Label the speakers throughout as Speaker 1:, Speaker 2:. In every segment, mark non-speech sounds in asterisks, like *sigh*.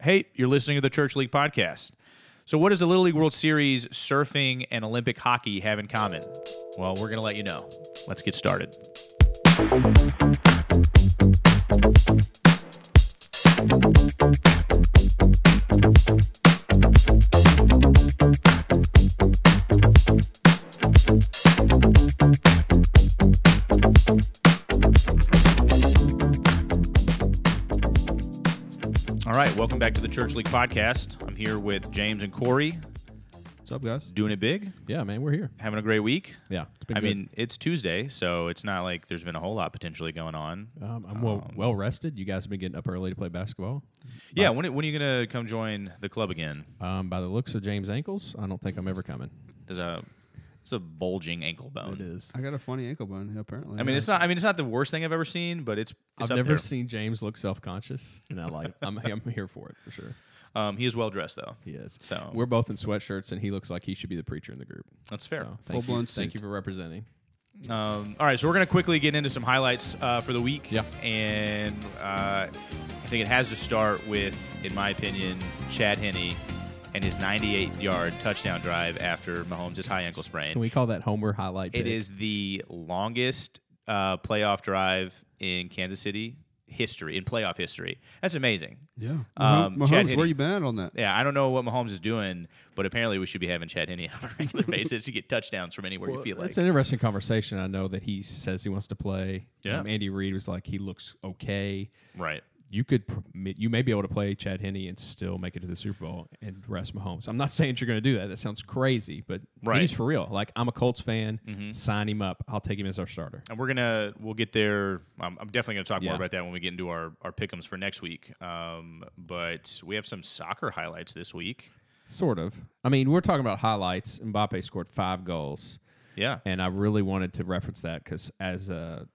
Speaker 1: hey, you're listening to the Church League podcast. So, what does the Little League World Series, surfing, and Olympic hockey have in common? Well, we're going to let you know. Let's get started. All right, welcome back to the Church League podcast. I'm here with James and Corey,
Speaker 2: What's up, guys?
Speaker 1: doing it big,
Speaker 2: Yeah, man, we're here.
Speaker 1: having a great week.
Speaker 2: Yeah, it's been
Speaker 1: I
Speaker 2: good.
Speaker 1: mean, it's Tuesday, so it's not like there's been a whole lot potentially going on.
Speaker 2: um, I'm well, well rested. You guys have been getting up early to play basketball.
Speaker 1: Yeah, when, when are you going to come join the club again?
Speaker 2: Um, by the looks of James' ankles, I don't think I'm ever coming.
Speaker 1: There's a it's a bulging ankle bone.
Speaker 2: is.
Speaker 3: I got a funny ankle bone, apparently.
Speaker 1: I mean, it's not. I mean, it's not the worst thing I've ever seen, but it's. it's
Speaker 2: I've
Speaker 1: up
Speaker 2: never
Speaker 1: there.
Speaker 2: seen James look self conscious, and I like. I'm, *laughs* I'm here for it for sure.
Speaker 1: Um, he is well dressed though.
Speaker 2: He is.
Speaker 1: So-
Speaker 2: we're both in sweatshirts, and he looks like he should be the preacher in the group.
Speaker 1: That's fair.
Speaker 2: So, thank you-
Speaker 3: Full-blown
Speaker 2: Thank
Speaker 3: suit.
Speaker 2: you for representing.
Speaker 1: Um, all right, so we're gonna quickly get into some highlights uh, for the week.
Speaker 2: Yeah.
Speaker 1: And uh, I think it has to start with, in my opinion, Chad Henney and his 98-yard touchdown drive after Mahomes' high ankle sprain.
Speaker 2: Can we call that Homer highlight?
Speaker 1: It
Speaker 2: pick?
Speaker 1: is the longest uh, playoff drive in Kansas City history, in playoff history. That's amazing.
Speaker 3: yeah.
Speaker 1: Um,
Speaker 3: Uh, Mahomes, Mahomes,
Speaker 1: Chad Henne-
Speaker 3: where you been at on that?
Speaker 1: Yeah, I don't know what Mahomes is doing, but apparently we should be having Chad Henney *laughs* on a
Speaker 2: *laughs*
Speaker 1: regular basis to get touchdowns from anywhere you feel like.
Speaker 2: That's an interesting conversation. I know that he says he wants to play.
Speaker 1: Yeah.
Speaker 2: Um, Andy Reid was like, he looks okay.
Speaker 1: right.
Speaker 2: you could pr- mi- you may be able to play Chad Henney and still make it to the Super Bowl and rest Mahomes. I'm not *laughs* saying you're going to do that. That sounds crazy, but
Speaker 1: Right. Mm-hmm.
Speaker 2: he's for real. Like I'm a Colts fan. Sign him up. I'll take him as our starter.
Speaker 1: And we're gonna we'll get there. Um, I'm definitely gonna talk more
Speaker 2: Yeah.
Speaker 1: about that when we get into our our pickums for next week. Um, but we have some soccer highlights this week.
Speaker 2: Sort of. I mean, we're talking about highlights. Mbappe scored five goals,
Speaker 1: Yeah,
Speaker 2: and I really wanted to reference that because as a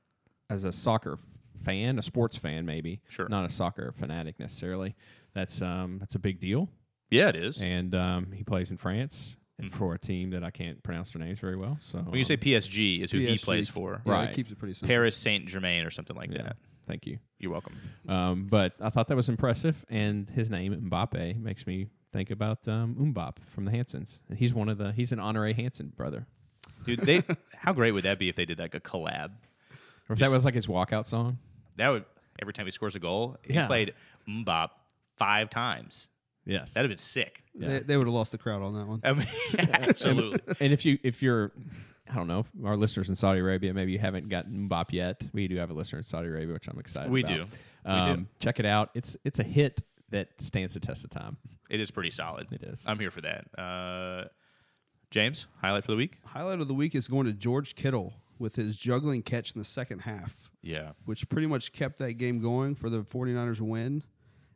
Speaker 2: as a soccer fan, a sports fan maybe,
Speaker 1: Sure.
Speaker 2: not a soccer fanatic necessarily. That's um that's a big deal.
Speaker 1: yeah, it is.
Speaker 2: And um, he plays in France and for a team that I can't pronounce their names very well. So
Speaker 1: Mm-hmm. When you say PSG, is who he
Speaker 3: PSG.
Speaker 1: plays for.
Speaker 3: Yeah,
Speaker 2: Right.
Speaker 3: It keeps it pretty simple.
Speaker 1: Paris Saint Germain or something like
Speaker 2: yeah,
Speaker 1: that.
Speaker 2: thank you.
Speaker 1: You're welcome.
Speaker 2: Um, but I thought that was impressive, and his name Mbappe makes me think about um, Umbop from the Hansons. And he's one of the he's an honorary Hanson brother.
Speaker 1: Dude, they *laughs* how great would that be if they did like a collab?
Speaker 2: Or if that was like his walkout song.
Speaker 1: That would every time he scores a goal, he
Speaker 2: Yeah.
Speaker 1: played Mbop five times.
Speaker 2: Yes,
Speaker 1: That'd have been sick.
Speaker 2: Yeah.
Speaker 3: They, they would have lost the crowd on that one.
Speaker 1: I mean, *laughs* absolutely.
Speaker 2: and if you if you're I don't know if our listeners in Saudi Arabia maybe you haven't gotten Mbop yet. We do have a listener in Saudi Arabia, which I'm excited.
Speaker 1: We
Speaker 2: about.
Speaker 1: do. We
Speaker 2: Um, Check it out. It's it's a hit that stands the test of time.
Speaker 1: It is pretty solid.
Speaker 2: It is.
Speaker 1: I'm here for that. Uh, James, highlight for the week?
Speaker 3: Highlight of the week is going to George Kittle with his juggling catch in the second half,
Speaker 1: Yeah.
Speaker 3: which pretty much kept that game going for the 49ers win.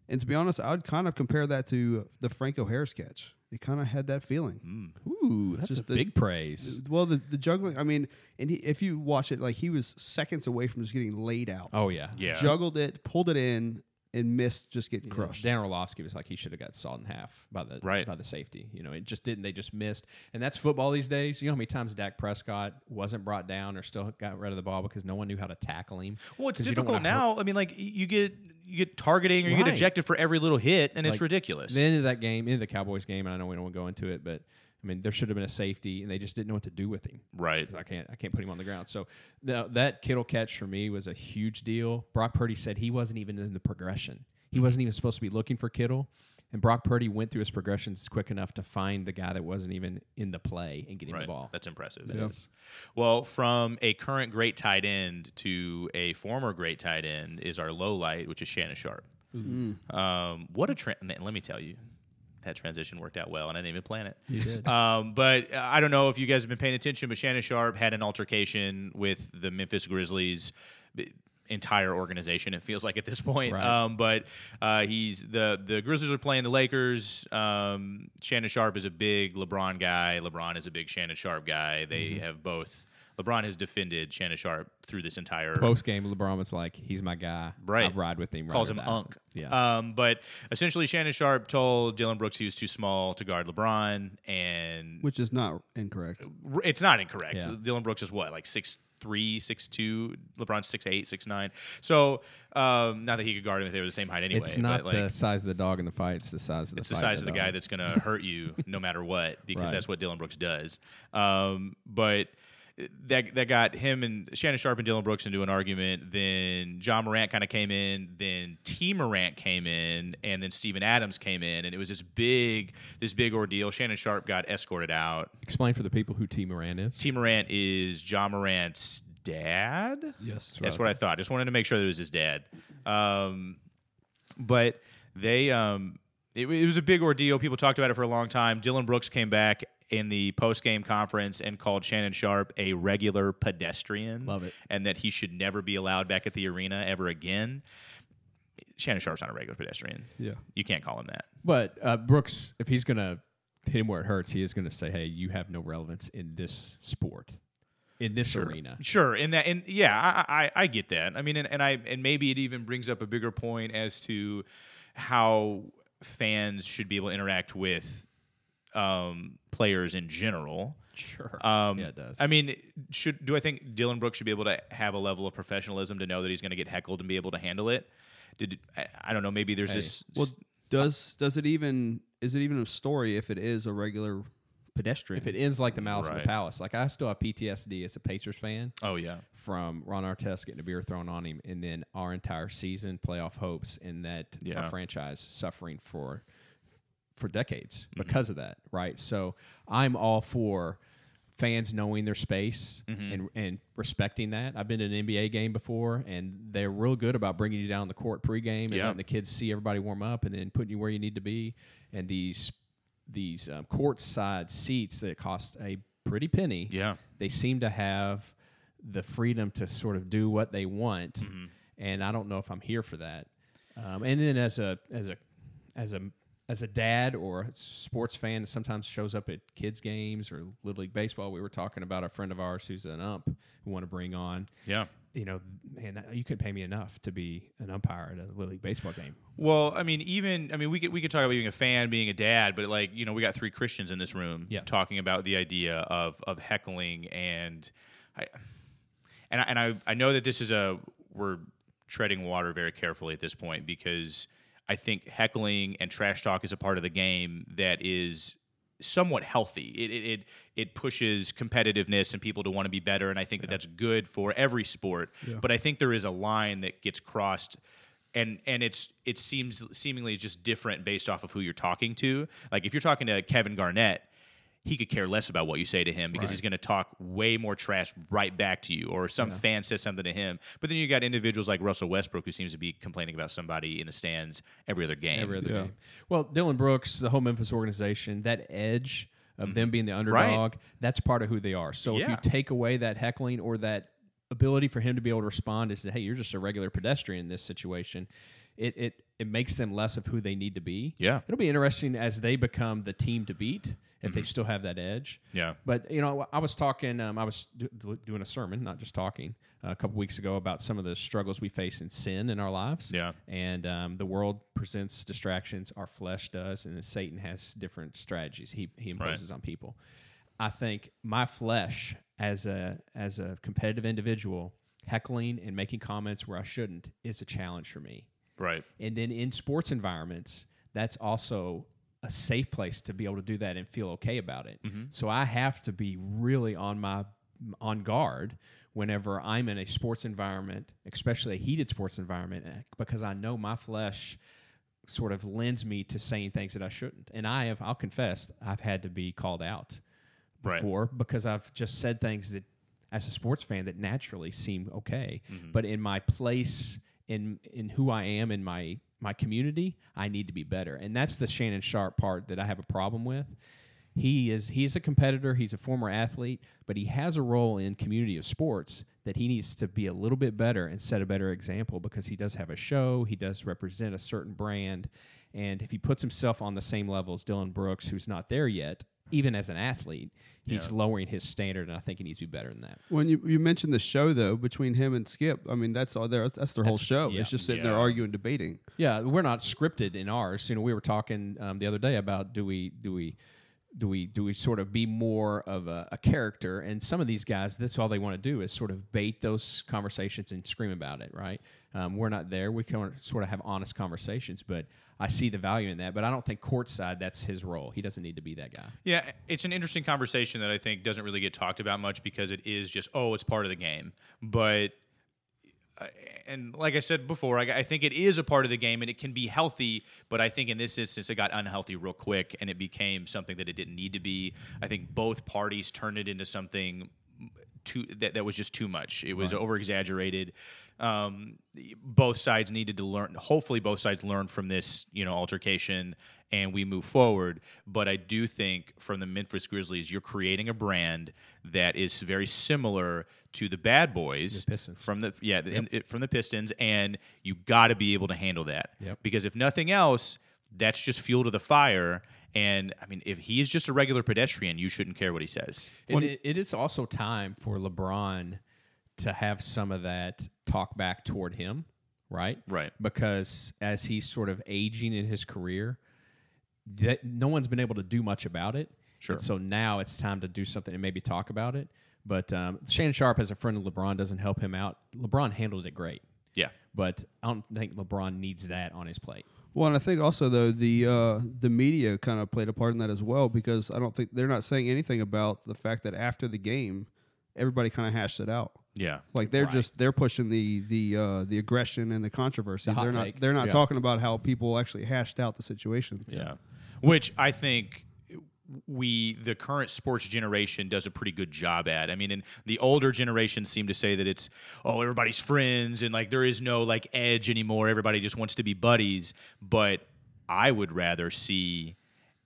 Speaker 3: And to be honest, I would kind of compare that to the Franco Harris catch. It kind of had that feeling.
Speaker 1: Mm.
Speaker 2: Ooh, that's
Speaker 3: Just
Speaker 2: a
Speaker 3: the-
Speaker 2: big praise.
Speaker 3: Well, the, the juggling, I mean, and he, if you watch it, like he was seconds away from just getting laid out.
Speaker 2: Oh yeah,
Speaker 1: Yeah.
Speaker 3: Juggled it, pulled it in, and missed just getting crushed.
Speaker 2: Dan Orlovsky was like he should have got sawed in half by the
Speaker 1: Right.
Speaker 2: by the safety. You know, it just didn't. They just missed, and that's football these days. You know how many times Dak Prescott wasn't brought down or still got rid of the ball because no one knew how to tackle him.
Speaker 1: well, it's
Speaker 2: 'Cause you don't
Speaker 1: difficult
Speaker 2: wanna hurt-
Speaker 1: now. I mean, like y- you get you get targeting or you get
Speaker 2: Right.
Speaker 1: ejected for every little hit, and it's
Speaker 2: Like,
Speaker 1: ridiculous.
Speaker 2: The end of that game, end of the Cowboys game, and I know we don't want to go into it, but I mean, there should have been a safety, and they just didn't know what to do with him.
Speaker 1: right.
Speaker 2: 'Cause I can't, I can't put him on the ground. So now that Kittle catch for me was a huge deal. Brock Purdy said he wasn't even in the progression. He
Speaker 1: Mm-hmm.
Speaker 2: wasn't even supposed to be looking for Kittle, and Brock Purdy went through his progressions quick enough to find the guy that wasn't even in the play and get him
Speaker 1: Right.
Speaker 2: the ball.
Speaker 1: That's impressive.
Speaker 2: That is.
Speaker 1: Well, from a current great tight end to a former great tight end is our low light, which is Shannon Sharp. Um, what a tra- man, let me tell you, that transition worked out well, and I didn't even plan it. You did. *laughs* Um, but uh, I don't know if you guys have been paying attention, but Shannon Sharp had an altercation with the Memphis Grizzlies. b- Entire organization, it feels like at this point.
Speaker 2: Right.
Speaker 1: Um, but uh, he's the the Grizzlies are playing the Lakers. Um, Shannon Sharp is a big LeBron guy. LeBron is a big Shannon Sharp guy. They have both. LeBron has defended Shannon Sharp through this entire
Speaker 2: Post game, LeBron was like, "He's my guy.
Speaker 1: Right.
Speaker 2: I ride with him." ride
Speaker 1: calls
Speaker 2: or
Speaker 1: him
Speaker 2: die."
Speaker 1: Unk.
Speaker 2: Yeah.
Speaker 1: Um, but essentially, Shannon Sharp told Dylan Brooks he was too small to guard LeBron, and
Speaker 3: which is not incorrect.
Speaker 1: r- it's not incorrect.
Speaker 2: Yeah.
Speaker 1: Dylan Brooks is what like six three, six two. LeBron's six eight, six nine. So um, not that he could guard him if they were the same height anyway.
Speaker 2: it's not
Speaker 1: but, like,
Speaker 2: the size of the dog in the fight; it's the size of the.
Speaker 1: it's the
Speaker 2: fight
Speaker 1: size of the guy
Speaker 2: dog.
Speaker 1: that's going to hurt
Speaker 2: *laughs*
Speaker 1: you no matter what because
Speaker 2: Right.
Speaker 1: that's what Dylan Brooks does. Um, but that that got him and Shannon Sharp and Dylan Brooks into an argument. Then John Morant kind of came in. Then T Morant came in, and then Steven Adams came in, and it was this big this big ordeal. Shannon Sharp got escorted out.
Speaker 2: Explain for the people who T Moran is.
Speaker 1: T Morant is John Morant's dad.
Speaker 3: Yes.
Speaker 1: That's what I thought. Just wanted to make sure that it was his dad. Um, but they, um, it, wa- it was a big ordeal. People talked about it for a long time. Dylan Brooks came back in the post game conference and called Shannon Sharp a regular pedestrian.
Speaker 2: Love it.
Speaker 1: And that he should never be allowed back at the arena ever again. Shannon Sharp's not a regular pedestrian.
Speaker 3: Yeah.
Speaker 1: You can't call him that.
Speaker 2: But uh, Brooks, if he's gonna hit him where it hurts, he is gonna say, "Hey, you have no relevance in this sport, in this arena."
Speaker 1: Sure, and that, and yeah, I, I, I get that. I mean, and, and I, and maybe it even brings up a bigger point as to how fans should be able to interact with um, players in general.
Speaker 2: Sure.
Speaker 1: Um,
Speaker 2: yeah, it does.
Speaker 1: I mean, should do I think Dylan Brooks should be able to have a level of professionalism to know that he's going to get heckled and be able to handle it? Did I, I don't know? Maybe there's
Speaker 2: Hey.
Speaker 1: this.
Speaker 3: Well, does does it even is it even a story if it is a regular pedestrian?
Speaker 2: if it ends like the Malice in the
Speaker 1: Right.
Speaker 2: Palace, like I still have PTSD as a Pacers fan
Speaker 1: oh yeah,
Speaker 2: from Ron Artest getting a beer thrown on him, and then our entire season, playoff hopes, and that
Speaker 1: Yeah.
Speaker 2: our franchise suffering for for decades
Speaker 1: Mm-hmm.
Speaker 2: because of that, right? So I'm all for fans knowing their space
Speaker 1: Mm-hmm.
Speaker 2: and and respecting that. I've been to an NBA game before, and they're real good about bringing you down the court pregame and
Speaker 1: Yeah.
Speaker 2: letting the kids see everybody warm up, and then putting you where you need to be. And these these um, courtside seats that cost a pretty penny
Speaker 1: yeah.
Speaker 2: they seem to have the freedom to sort of do what they want, and I don't know if I'm here for that. Um, and then as a as a as a as a dad or a sports fan that sometimes shows up at kids games or little league baseball, we were talking about a friend of ours who's an ump who want to bring on.
Speaker 1: Yeah.
Speaker 2: You know, man, that, you could pay me enough to be an umpire at a little league baseball game.
Speaker 1: Well, I mean, even I mean, we could we could talk about being a fan, being a dad, but like you know, we got three Christians in this room
Speaker 2: Yeah.
Speaker 1: talking about the idea of of heckling and I and I, and I I know that this is a we're treading water very carefully at this point because I think heckling and trash talk is a part of the game that is somewhat healthy. It it it, it pushes competitiveness and people to want to be better, and I think that that's good for every sport. But I think there is a line that gets crossed. And, and it's it seems seemingly just different based off of who you're talking to. Like if you're talking to Kevin Garnett, he could care less about what you say to him because he's going to talk way more trash right back to you or some fan says something to him but then you got individuals like russell westbrook who seems to be complaining about somebody in the stands every other game
Speaker 2: every other game. Well, Dylan Brooks, the whole Memphis organization, that edge of them being the underdog, that's part of who they are. So if
Speaker 1: Yeah.
Speaker 2: you take away that heckling or that ability for him to be able to respond is that hey, you're just a regular pedestrian in this situation, it it it makes them less of who they need to be.
Speaker 1: Yeah.
Speaker 2: It'll be interesting as they become the team to beat if they still have that edge.
Speaker 1: Mm-hmm. Yeah.
Speaker 2: But you know, I was talking. Um, I was do, do- doing a sermon, not just talking, uh, a couple weeks ago about some of the struggles we face in sin in our lives.
Speaker 1: Yeah.
Speaker 2: And um, the world presents distractions. Our flesh does, and then Satan has different strategies he he imposes on people. I think my flesh, as a as a competitive individual, heckling and making comments where I shouldn't is a challenge for me.
Speaker 1: right
Speaker 2: And then in sports environments, that's also a safe place to be able to do that and feel okay about it. So I have to be really on my on guard whenever I'm in a sports environment, especially a heated sports environment, eh, because I know my flesh sort of lends me to saying things that I shouldn't. And I have I'll confess, I've had to be called out
Speaker 1: Right.
Speaker 2: before because I've just said things that as a sports fan that naturally seem okay, but in my place in in who I am in my my community, I need to be better. And that's the Shannon Sharp part that I have a problem with. He is he's a competitor, he's a former athlete, but he has a role in community of sports that he needs to be a little bit better and set a better example because he does have a show, he does represent a certain brand, and if he puts himself on the same level as Dylan Brooks who's not there yet, even as an athlete, he's lowering his standard and I think he needs to be better than that.
Speaker 3: When you, you mentioned the show though between him and Skip, I mean that's all there. That's their whole show.
Speaker 2: yeah.
Speaker 3: It's just sitting
Speaker 1: Yeah.
Speaker 3: there arguing, debating.
Speaker 2: Yeah, we're not scripted in ours. You know, we were talking um, the other day about do we do we do we do we sort of be more of a, a character? And some of these guys, that's all they want to do is sort of bait those conversations and scream about it, right? Um, we're not there. We can sort of have honest conversations, but I see the value in that. But I don't think courtside that's his role. He doesn't need to be that guy.
Speaker 1: Yeah, it's an interesting conversation that I think doesn't really get talked about much because it is just oh, it's part of the game. But uh, and like I said before, I, I think it is a part of the game and it can be healthy. But I think in this instance, it got unhealthy real quick and it became something that it didn't need to be. I think both parties turned it into something too that, that was just too much. It was over exaggerated. Um, both sides needed to learn. Hopefully, both sides learned from this, you know, altercation, and we move forward. But I do think from the Memphis Grizzlies, you're creating a brand that is very similar to the Bad Boys
Speaker 2: The Pistons.
Speaker 1: from the yeah the- it- from the Pistons, and you got to be able to handle that
Speaker 2: Yep.
Speaker 1: because if nothing else, that's just fuel to the fire. And I mean, if he's just a regular pedestrian, you shouldn't care what he says.
Speaker 2: And it, it is also time for LeBron to have some of that talk back toward him, right?
Speaker 1: Right.
Speaker 2: Because as he's sort of aging in his career, that no one's been able to do much about it.
Speaker 1: Sure.
Speaker 2: And so now it's time to do something and maybe talk about it. But um, Shannon Sharp, as a friend of LeBron, doesn't help him out. LeBron handled it great,
Speaker 1: Yeah.
Speaker 2: but I don't think LeBron needs that on his plate.
Speaker 3: Well, and I think also though the uh, the media kind of played a part in that as well because I don't think they're not saying anything about the fact that after the game, everybody kind of hashed it out.
Speaker 1: Yeah.
Speaker 3: Like they're
Speaker 2: Right.
Speaker 3: just they're pushing the the uh, the aggression and the controversy.
Speaker 2: The hot
Speaker 3: they're
Speaker 2: take.
Speaker 3: not they're not
Speaker 2: Yeah.
Speaker 3: talking about how people actually hashed out the situation.
Speaker 1: Yeah. Which I think we the current sports generation does a pretty good job at. I mean, and the older generation seem to say that it's oh everybody's friends and like there is no like edge anymore. Everybody just wants to be buddies, but I would rather see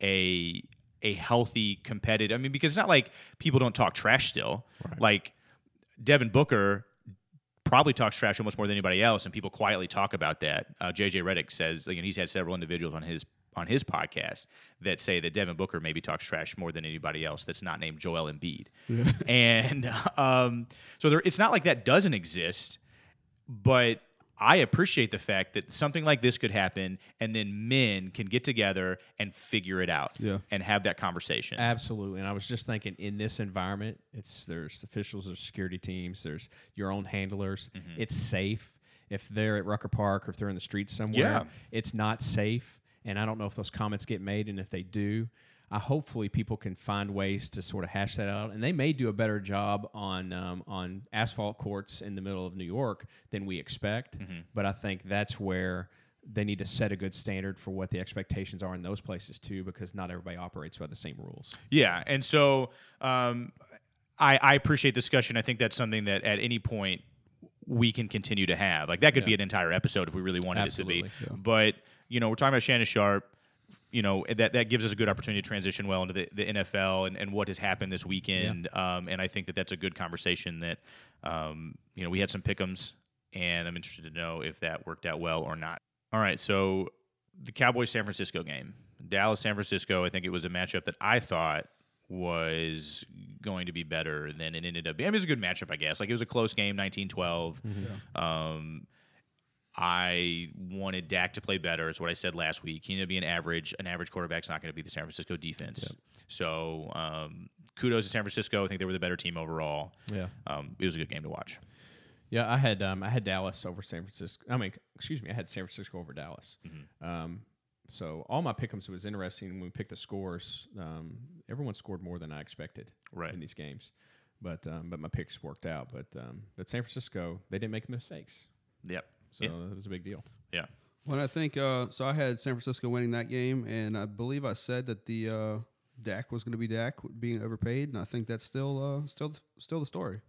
Speaker 1: a a healthy competitive. I mean, because it's not like people don't talk trash still. Like Devin Booker probably talks trash almost more than anybody else, and people quietly talk about that. Uh, JJ Reddick says, like, and he's had several individuals on his on his podcast that say that Devin Booker maybe talks trash more than anybody else that's not named Joel Embiid, *laughs* and um, so there, it's not like that doesn't exist, but. I appreciate the fact that something like this could happen, and then men can get together and figure it out,
Speaker 3: Yeah.
Speaker 1: and have that conversation.
Speaker 2: Absolutely. And I was just thinking in this environment, it's there's officials, there's security teams, there's your own handlers. It's safe. If they're at Rucker Park or if they're in the streets somewhere,
Speaker 1: Yeah.
Speaker 2: it's not safe. And I don't know if those comments get made and if they do, I hopefully people can find ways to sort of hash that out. And they may do a better job on um, on asphalt courts in the middle of New York than we expect. But I think that's where they need to set a good standard for what the expectations are in those places too, because not everybody operates by the same rules.
Speaker 1: Yeah, and so um, I, I appreciate discussion. I think that's something that at any point we can continue to have. Like that could be an entire episode if we really wanted it to
Speaker 2: Absolutely,
Speaker 1: be. But you know, we're talking about Shannon Sharp. You know that that gives us a good opportunity to transition well into the, the NFL and, and what has happened this weekend. Um, and I think that that's a good conversation. That um, you know we had some pickums, and I'm interested to know if that worked out well or not. All right, so the Cowboys San Francisco game, Dallas San Francisco. I think it was a matchup that I thought was going to be better than it ended up being. I mean, it was a good matchup, I guess. Like it was a close game, 19-12. Um, I wanted Dak to play better. It's what I said last week. He needed to be an average. An average quarterback's not going to be the San Francisco defense. So um, kudos to San Francisco. I think they were the better team overall.
Speaker 2: Yeah.
Speaker 1: Um, it was a good game to watch.
Speaker 2: Yeah, I had um, I had Dallas over San Francisco. I mean, excuse me, I had San Francisco over Dallas.
Speaker 1: Mm-hmm.
Speaker 2: Um, so all my pickems it was interesting when we picked the scores. Um, everyone scored more than I expected
Speaker 1: Right.
Speaker 2: in these games, but um, but my picks worked out. But um, but San Francisco they didn't make mistakes,
Speaker 1: Yep.
Speaker 2: so that was a big deal.
Speaker 1: Yeah.
Speaker 3: Well, I think uh, so. I had San Francisco winning that game, and I believe I said that the uh, Dak was going to be Dak being overpaid, and I think that's still uh, still still the story.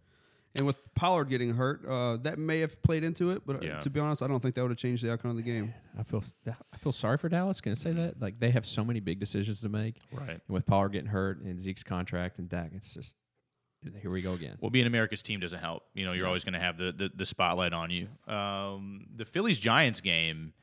Speaker 3: And with Pollard getting hurt, uh, that may have played into it, but uh,
Speaker 1: Yeah.
Speaker 3: to be honest, I don't think that would have changed the outcome of the game.
Speaker 2: I feel I feel sorry for Dallas. Can I say that? Like they have so many big decisions to make,
Speaker 1: Mm-hmm. Right.
Speaker 2: and with Pollard getting hurt and Zeke's contract and Dak, it's just here we go again.
Speaker 1: Well, being America's team doesn't help. You know, you're always going to have the, the the spotlight on you. Um, the Phillies Giants game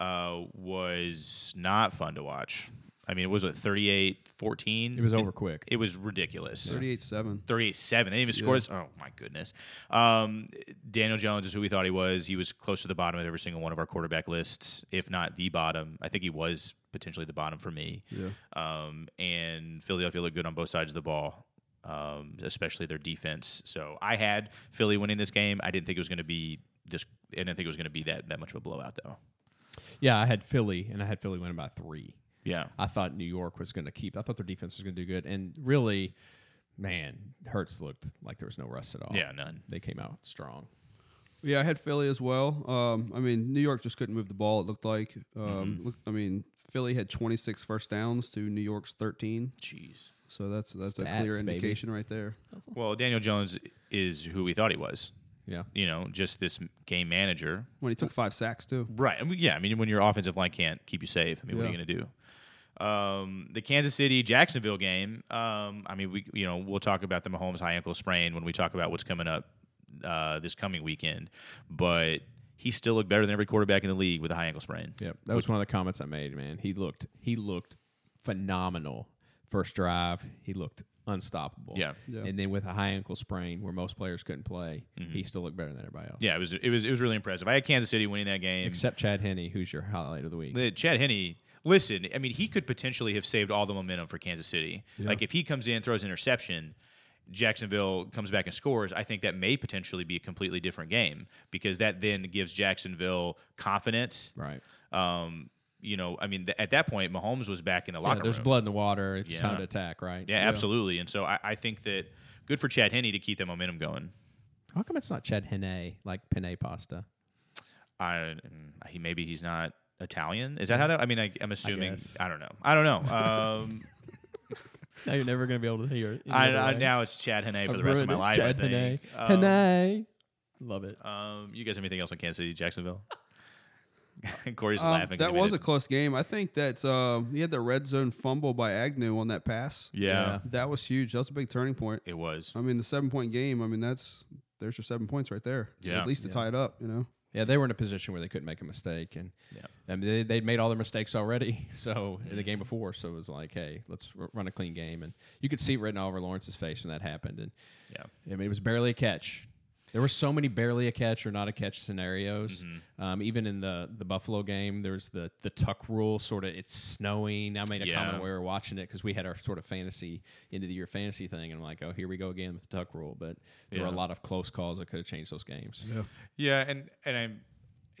Speaker 1: uh, was not fun to watch. I mean, it was what 38 14.
Speaker 2: It was over quick.
Speaker 1: It was ridiculous.
Speaker 3: 38 7.
Speaker 1: 38-7. They didn't even score this. Oh my goodness. Um, Daniel Jones is who we thought he was. He was close to the bottom of every single one of our quarterback lists, if not the bottom. I think he was potentially the bottom for me.
Speaker 3: Yeah.
Speaker 1: Um, and Philadelphia looked good on both sides of the ball, um, especially their defense. So I had Philly winning this game. I didn't think it was going to be this. I didn't think it was going to be that that much of a blowout though.
Speaker 2: Yeah, I had Philly, and I had Philly winning by three.
Speaker 1: Yeah.
Speaker 2: I thought New York was going to keep. I thought their defense was going to do good, and really, man, Hertz looked like there was no rust at all.
Speaker 1: Yeah. None.
Speaker 2: they came out strong.
Speaker 3: Yeah, I had Philly as well. Um, I mean, New York just couldn't move the ball, it looked like. Um,
Speaker 1: Mm-hmm.
Speaker 3: look, I mean, Philly had 26 first downs to New York's 13.
Speaker 1: Jeez.
Speaker 3: So that's that's a
Speaker 2: Stats,
Speaker 3: clear
Speaker 2: baby.
Speaker 3: indication right there.
Speaker 1: Well, Daniel Jones is who we thought he was.
Speaker 2: Yeah,
Speaker 1: You know, just this game manager.
Speaker 3: When he took five sacks, too.
Speaker 1: Right. I mean, yeah. I mean, when your offensive line can't keep you safe, I mean, what are you
Speaker 3: Yeah.
Speaker 1: going to do? Um, the Kansas City Jacksonville game. Um, I mean, we you know we'll talk about the Mahomes high ankle sprain when we talk about what's coming up uh, this coming weekend, but he still looked better than every quarterback in the league with a high ankle sprain.
Speaker 2: yeah, that was one of the comments I made. Man, he looked he looked phenomenal. First drive, he looked unstoppable.
Speaker 1: Yeah.
Speaker 3: Yeah.
Speaker 2: and then with a high ankle sprain where most players couldn't play, he still looked better than everybody else.
Speaker 1: Mm-hmm. Yeah, it was it was it was really impressive. I had Kansas City winning that game.
Speaker 2: except Chad Henney, who's your highlight of the week.
Speaker 1: The Chad Henney, listen, I mean, he could potentially have saved all the momentum for Kansas City. Like if he comes in, throws an interception, Jacksonville comes back and scores, I think that may potentially be a completely different game because that then gives Jacksonville confidence.
Speaker 2: Right.
Speaker 1: Um, you know, I mean, th- at that point, Mahomes was back in the
Speaker 2: Yeah,
Speaker 1: locker
Speaker 2: there's
Speaker 1: room.
Speaker 2: blood in the water. It's
Speaker 1: Yeah.
Speaker 2: time to attack, right?
Speaker 1: yeah, absolutely. And so I, I think that good for Chad Henney to keep that momentum going.
Speaker 2: How come it's not Chad Henne like penne pasta?
Speaker 1: I he maybe he's not Italian. Is that how that? I mean, I, I'm assuming.
Speaker 2: guess.
Speaker 1: I, don't know. I don't know. Um,
Speaker 2: Now you're never gonna be able to hear it.
Speaker 1: I, I, now it's Chad Henne for the rest of my life. I think. Um,
Speaker 2: Love it.
Speaker 1: um, you guys have anything else on Kansas City, Jacksonville? *laughs* Corey's
Speaker 3: Um,
Speaker 1: laughing. 'cause
Speaker 3: that
Speaker 1: he made
Speaker 3: was a
Speaker 1: it.
Speaker 3: close game. I think that uh, he had the red zone fumble by Agnew on that pass.
Speaker 1: yeah,
Speaker 2: Yeah.
Speaker 3: That was huge. That was a big turning point.
Speaker 1: It was.
Speaker 3: I mean, the seven point game. I mean, that's there's your seven points right there.
Speaker 1: Yeah.
Speaker 3: At least to
Speaker 2: Yeah.
Speaker 3: tie it up, you know.
Speaker 2: Yeah, they were in a position where they couldn't make a mistake, and
Speaker 1: Yeah. Mm-hmm.
Speaker 2: I mean, they, they'd made all their mistakes already. *laughs* So in the game before, so it was like, hey, let's r- run a clean game, and you could see it written all over Lawrence's face when that happened, and
Speaker 1: Yeah.
Speaker 2: I mean, it was barely a catch. There were so many barely a catch or not a catch scenarios.
Speaker 1: Mm-hmm.
Speaker 2: Um, even in the the Buffalo game, there's the the tuck rule. Sort of, it's snowing. I made a
Speaker 1: Yeah.
Speaker 2: comment when we were watching it because we had our sort of fantasy end of the year fantasy thing, and I'm like, oh, here we go again with the tuck rule. But there were a
Speaker 1: Yeah.
Speaker 2: lot of close calls that could have changed those games.
Speaker 1: Yeah, and and I'm.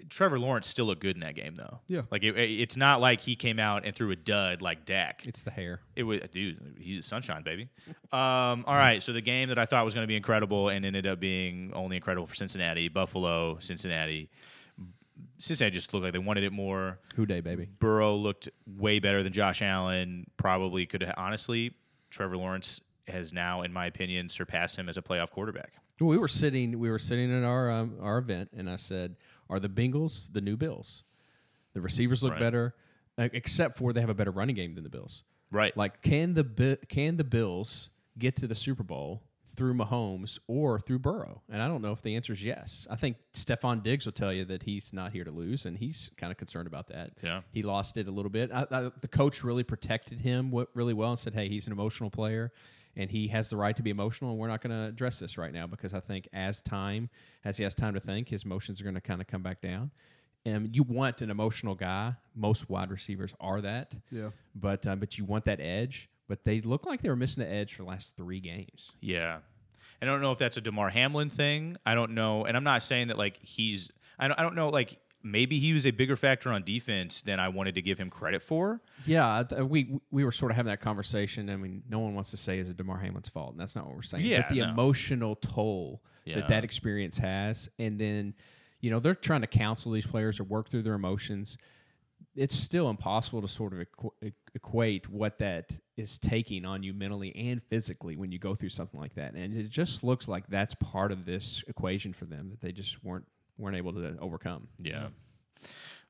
Speaker 1: Trevor Lawrence still looked good in that game, though.
Speaker 3: Yeah.
Speaker 1: like it, it's not like he came out and threw a dud like Dak.
Speaker 2: It's the hair.
Speaker 1: It was dude. He's sunshine, baby. Um, all right. So the game that I thought was going to be incredible and ended up being only incredible for Cincinnati, Buffalo, Cincinnati. Cincinnati just looked like they wanted it more.
Speaker 2: Who day, baby?
Speaker 1: Burrow looked way better than Josh Allen. Probably could have honestly. Trevor Lawrence has now, in my opinion, surpassed him as a playoff quarterback.
Speaker 2: We were sitting. We were sitting in our um, our event, and I said, "Are the Bengals the new Bills? The receivers look
Speaker 1: Right.
Speaker 2: better, uh, except for they have a better running game than the Bills.
Speaker 1: Right.
Speaker 2: Like, can the Bi- can the Bills get to the Super Bowl through Mahomes or through Burrow? And I don't know if the answer is yes. I think Stefan Diggs will tell you that he's not here to lose, and he's kind of concerned about that.
Speaker 1: Yeah.
Speaker 2: he lost it a little bit. I, I, the coach really protected him what, really well and said, "Hey, he's an emotional player." And he has the right to be emotional, and we're not going to address this right now because I think as time, as he has time to think, his emotions are going to kind of come back down. And you want an emotional guy. Most wide receivers are that
Speaker 3: Yeah.
Speaker 2: but um, but you want that edge. But they look like they were missing the edge for the last three games.
Speaker 1: Yeah. I don't know if that's a DeMar Hamlin thing. I don't know. And I'm not saying that like he's I don't I don't know like maybe he was a bigger factor on defense than I wanted to give him credit for.
Speaker 2: Yeah, I th- we we were sort of having that conversation. I mean, no one wants to say is it Demar Hamlin's fault, and that's not what we're saying.
Speaker 1: Yeah,
Speaker 2: but the
Speaker 1: no.
Speaker 2: emotional toll
Speaker 1: Yeah.
Speaker 2: that that experience has, and then you know they're trying to counsel these players or work through their emotions. It's still impossible to sort of equ- equate what that is taking on you mentally and physically when you go through something like that, and it just looks like that's part of this equation for them that they just weren't weren't able to overcome.
Speaker 1: Yeah.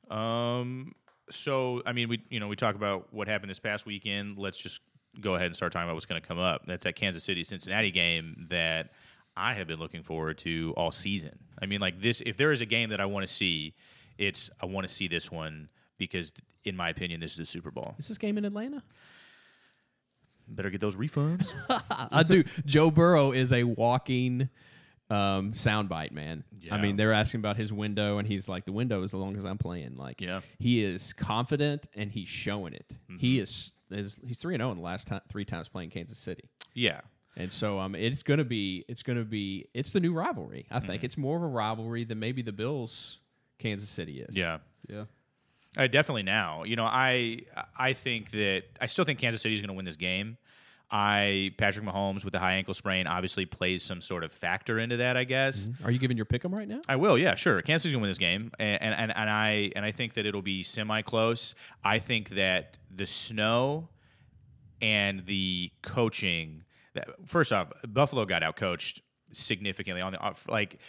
Speaker 1: Um so I mean we you know we talk about what happened this past weekend. Let's just go ahead and start talking about what's going to come up. That's that Kansas City Cincinnati game that I have been looking forward to all season. I mean like this if there is a game that I want to see, it's I want to see this one because, in my opinion, this is the Super Bowl.
Speaker 2: Is this game in Atlanta?
Speaker 1: Better get those refunds.
Speaker 2: I do. Joe Burrow is a walking um, soundbite, man. I
Speaker 1: Yeah.
Speaker 2: mean, they're asking about his window, and he's like, "The window is as long as I'm playing." Like,
Speaker 1: Yeah.
Speaker 2: he is confident and he's showing it. He
Speaker 1: Mm-hmm.
Speaker 2: is, is he's three and zero in the last time, three times playing Kansas City,
Speaker 1: yeah.
Speaker 2: and so um, it's gonna be, it's gonna be, it's the new rivalry. I
Speaker 1: Mm-hmm.
Speaker 2: think it's more of a rivalry than maybe the Bills Kansas City is.
Speaker 1: Yeah.
Speaker 3: Yeah.
Speaker 1: Uh, definitely now. You know, I I think that I still think Kansas City is going to win this game. I Patrick Mahomes with the high ankle sprain obviously plays some sort of factor into that, I guess.
Speaker 2: Are you giving your pick 'em right now?
Speaker 1: I will, yeah, sure. Kansas City's gonna win this game, and and, and, and I and I think that it'll be semi close. I think that the snow and the coaching. That, first off, Buffalo got out coached significantly on the off- like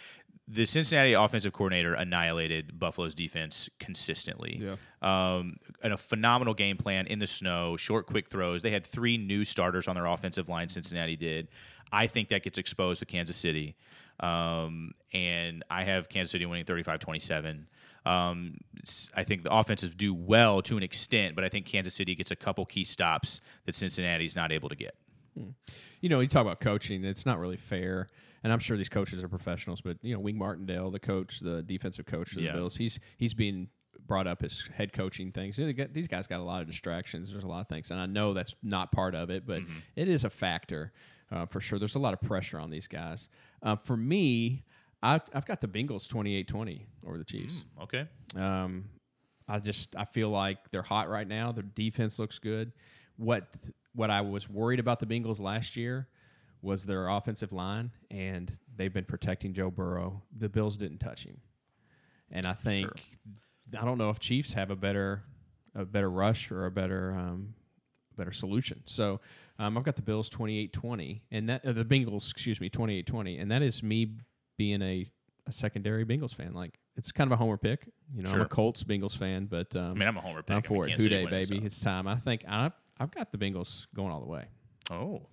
Speaker 1: the Cincinnati offensive coordinator annihilated Buffalo's defense consistently.
Speaker 3: Yeah.
Speaker 1: Um, and a phenomenal game plan in the snow, short, quick throws. They had three new starters on their offensive line. Cincinnati did. I think that gets exposed with Kansas City. Um, and I have Kansas City winning 35 27. Um, s- I think the offenses do well to an extent, but I think Kansas City gets a couple key stops that Cincinnati's not able to get.
Speaker 2: you know, you talk about coaching, it's not really fair. And I'm sure these coaches are professionals, but you know, Wing Martindale, the coach, the defensive coach of the
Speaker 1: Yeah.
Speaker 2: Bills, he's he's being brought up as head coaching things. You know, they got- These guys got a lot of distractions. There's a lot of things, and I know that's not part of it, but it is a factor uh, for sure. There's a lot of pressure on these guys. Uh, for me, I, I've got the Bengals 28-20 over the Chiefs.
Speaker 1: Okay.
Speaker 2: Um, I just I feel like they're hot right now. Their defense looks good. What what I was worried about the Bengals last year was their offensive line, and they've been protecting Joe Burrow. The Bills didn't touch him, and I think I don't know if Chiefs have a better a better rush or a better um, better solution. So um, I've got the Bills 28-20, and that uh, the Bengals, excuse me, 28-20, and that is me being a, a secondary Bengals fan. Like it's kind of a homer pick, you know. I'm a
Speaker 1: Sure.
Speaker 2: Colts Bengals fan, but um,
Speaker 1: I mean, I'm a homer pick.
Speaker 2: I'm
Speaker 1: I mean,
Speaker 2: for it.
Speaker 1: Kansas
Speaker 2: Who
Speaker 1: City
Speaker 2: day,
Speaker 1: winning,
Speaker 2: baby? It's time. I think I I've got the Bengals going all the way,
Speaker 1: so- Oh.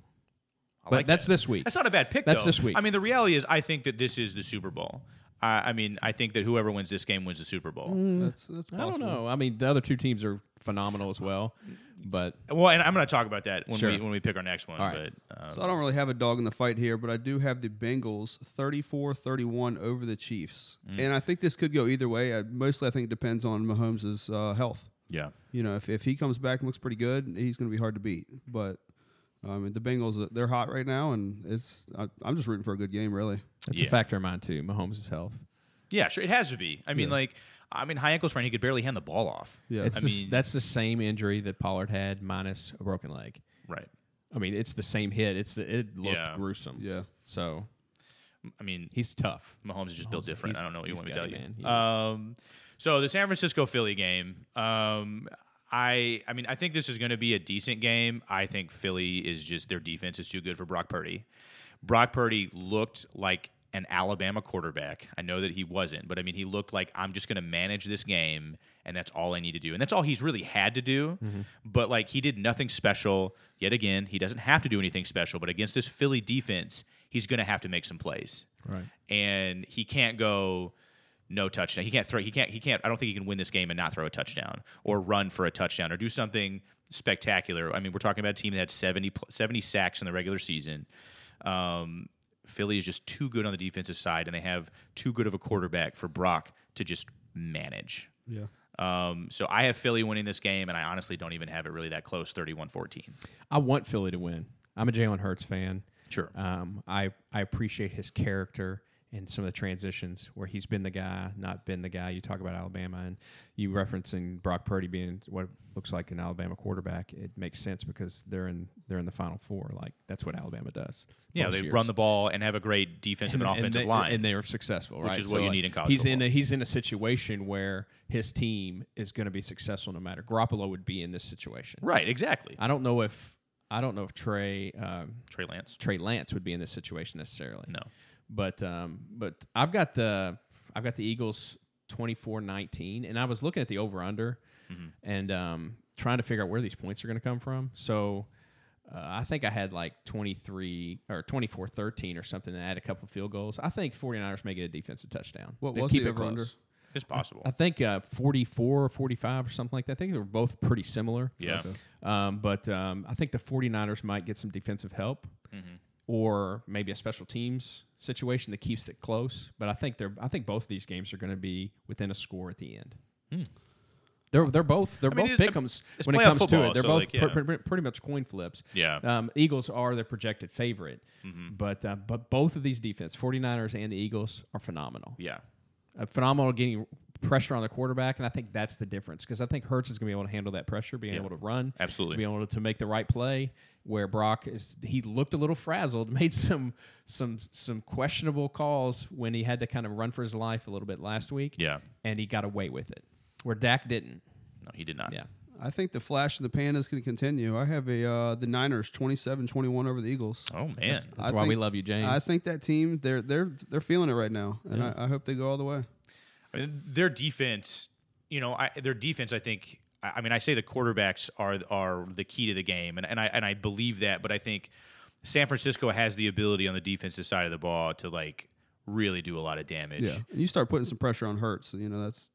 Speaker 1: I
Speaker 2: but
Speaker 1: like
Speaker 2: that's
Speaker 1: that.
Speaker 2: this week.
Speaker 1: That's not a bad pick.
Speaker 2: That's
Speaker 1: though.
Speaker 2: this week.
Speaker 1: I mean, the reality is, I think that this is the Super Bowl. I, I mean, I think that whoever wins this game wins the Super Bowl.
Speaker 2: Mm.
Speaker 3: That's, that's
Speaker 2: I don't
Speaker 3: possible.
Speaker 2: know. I mean, the other two teams are phenomenal as well, but
Speaker 1: Well, and I'm going to talk about that when
Speaker 2: Sure.
Speaker 1: we when we pick our next one.
Speaker 2: All right.
Speaker 1: But um,
Speaker 3: So I don't really have a dog in the fight here, but I do have the Bengals 34-31 over the Chiefs.
Speaker 2: Mm.
Speaker 3: And I think this could go either way. I, mostly I think it depends on Mahomes' uh, health.
Speaker 1: yeah,
Speaker 3: You know, if, if he comes back and looks pretty good, he's going to be hard to beat. But um, the Bengals, they're hot right now, and it's I, I'm just rooting for a good game, really.
Speaker 2: that's a
Speaker 1: Yeah.
Speaker 2: factor in mine too. Mahomes' health.
Speaker 1: yeah, sure, it has to be. I mean, like, I mean, high ankle sprain, he could barely hand the ball off.
Speaker 3: Yeah.
Speaker 2: It's
Speaker 1: I
Speaker 2: the s-
Speaker 1: mean-
Speaker 2: that's the same injury that Pollard had minus a broken leg.
Speaker 1: Right.
Speaker 2: I mean, it's the same hit. It's the, it looked
Speaker 1: Yeah.
Speaker 2: gruesome.
Speaker 3: Yeah.
Speaker 2: So
Speaker 1: I mean,
Speaker 2: he's tough.
Speaker 1: Mahomes is just built
Speaker 2: Mahomes,
Speaker 1: different. I
Speaker 2: he's-
Speaker 1: don't know what you
Speaker 2: he's
Speaker 1: want me to
Speaker 2: got it, man. He is.
Speaker 1: tell you. Um, so the San Francisco Philly game. Um, I I mean I think this is going to be a decent game. I think Philly is just their defense is too good for Brock Purdy. Brock Purdy looked like an Alabama quarterback. I know that he wasn't, but I mean he looked like I'm just going to manage this game and that's all I need to do. And that's all he's really had to do.
Speaker 2: Mm-hmm.
Speaker 1: But like he did nothing special yet again. He doesn't have to do anything special, but against this Philly defense, he's going to have to make some plays
Speaker 2: Right.
Speaker 1: and he can't go no touchdown. He can't throw. He can't. He can't. I don't think he can win this game and not throw a touchdown or run for a touchdown or do something spectacular. I mean, we're talking about a team that had 70, pl- 70 sacks in the regular season. Um, Philly is just too good on the defensive side, and they have too good of a quarterback for Brock to just manage.
Speaker 3: Yeah.
Speaker 1: Um, so I have Philly winning this game, and I honestly don't even have it really that close 31 14.
Speaker 2: I want Philly to win. I'm a Jalen Hurts fan.
Speaker 1: Sure.
Speaker 2: Um, I I appreciate his character and some of the transitions where he's been the guy, not been the guy. You talk about Alabama and you referencing Brock Purdy being what looks like an Alabama quarterback. It makes sense because they're in they're in the Final Four. Like that's what Alabama does.
Speaker 1: Yeah,
Speaker 2: most
Speaker 1: they
Speaker 2: years.
Speaker 1: run the ball and have a great defensive and, offensive
Speaker 2: they,
Speaker 1: line.
Speaker 2: and they are successful, right?
Speaker 1: is what you
Speaker 2: like,
Speaker 1: need in college
Speaker 2: He's in
Speaker 1: football.
Speaker 2: a, he's in a situation where his team is going to be successful no matter. Garoppolo would be in this situation.
Speaker 1: right, exactly.
Speaker 2: I don't know if I don't know if Trey um,
Speaker 1: Trey Lance.
Speaker 2: Trey Lance would be in this situation necessarily.
Speaker 1: No.
Speaker 2: But um, but I've got the I've got the Eagles 24-19 and I was looking at the over under
Speaker 3: Mm-hmm.
Speaker 2: and um, trying to figure out where these points are going to come from. So uh, I think I had like 23 or 24-13 or something and add a couple field goals. I think 49ers may get a defensive touchdown.
Speaker 3: What
Speaker 2: They
Speaker 3: was
Speaker 2: keep
Speaker 3: the
Speaker 2: it close.
Speaker 3: over-under?
Speaker 1: It's possible.
Speaker 2: I think uh, 44 or 45 or something like that. I think they were both pretty similar.
Speaker 1: yeah.
Speaker 2: Um, but um, I think the 49ers might get some defensive help
Speaker 1: Mm-hmm.
Speaker 2: or maybe a special teams situation that keeps it close. But I think they're I think both of these games are going to be within a score at the end. They're, they're both they're
Speaker 1: Hmm. I mean,
Speaker 2: both
Speaker 1: it's-
Speaker 2: pickums
Speaker 1: it's
Speaker 2: when it
Speaker 1: playoff
Speaker 2: comes to
Speaker 1: football,
Speaker 2: it. They're
Speaker 1: so,
Speaker 2: both
Speaker 1: like, yeah.
Speaker 2: pre- pre- pretty much coin flips.
Speaker 1: Yeah. Mm-hmm.
Speaker 2: Um, Eagles are the projected favorite, but uh, but both of these defense, 49ers and the Eagles, are phenomenal
Speaker 1: Yeah.
Speaker 2: a phenomenal getting pressure on the quarterback, and I think that's the difference because I think Hertz is going to be able to handle that pressure, being able to run,
Speaker 1: Absolutely.
Speaker 2: being able to make the right play. Where Brock is, he looked a little frazzled, *laughs* made some some some questionable calls when he had to kind of run for his life a little bit last week.
Speaker 1: Yeah.
Speaker 2: and he got away with it, where Dak didn't.
Speaker 1: No, he did not.
Speaker 2: Yeah,
Speaker 3: I think the flash of the pan is going to continue. I have a uh, the Niners 27-21 over the Eagles.
Speaker 1: Oh man.
Speaker 2: that's
Speaker 3: I
Speaker 2: why we
Speaker 3: think-
Speaker 2: love you, James.
Speaker 3: I think that team they're they're they're feeling it right now, and I, I hope they go all the way.
Speaker 1: I mean, their defense, you know, I, their defense. I think. I I mean, I say the quarterbacks are are the key to the game, and, and I and I believe that. But I think San Francisco has the ability on the defensive side of the ball to like really do a lot of damage.
Speaker 3: Yeah, and you start putting some pressure on Hurts. You know that's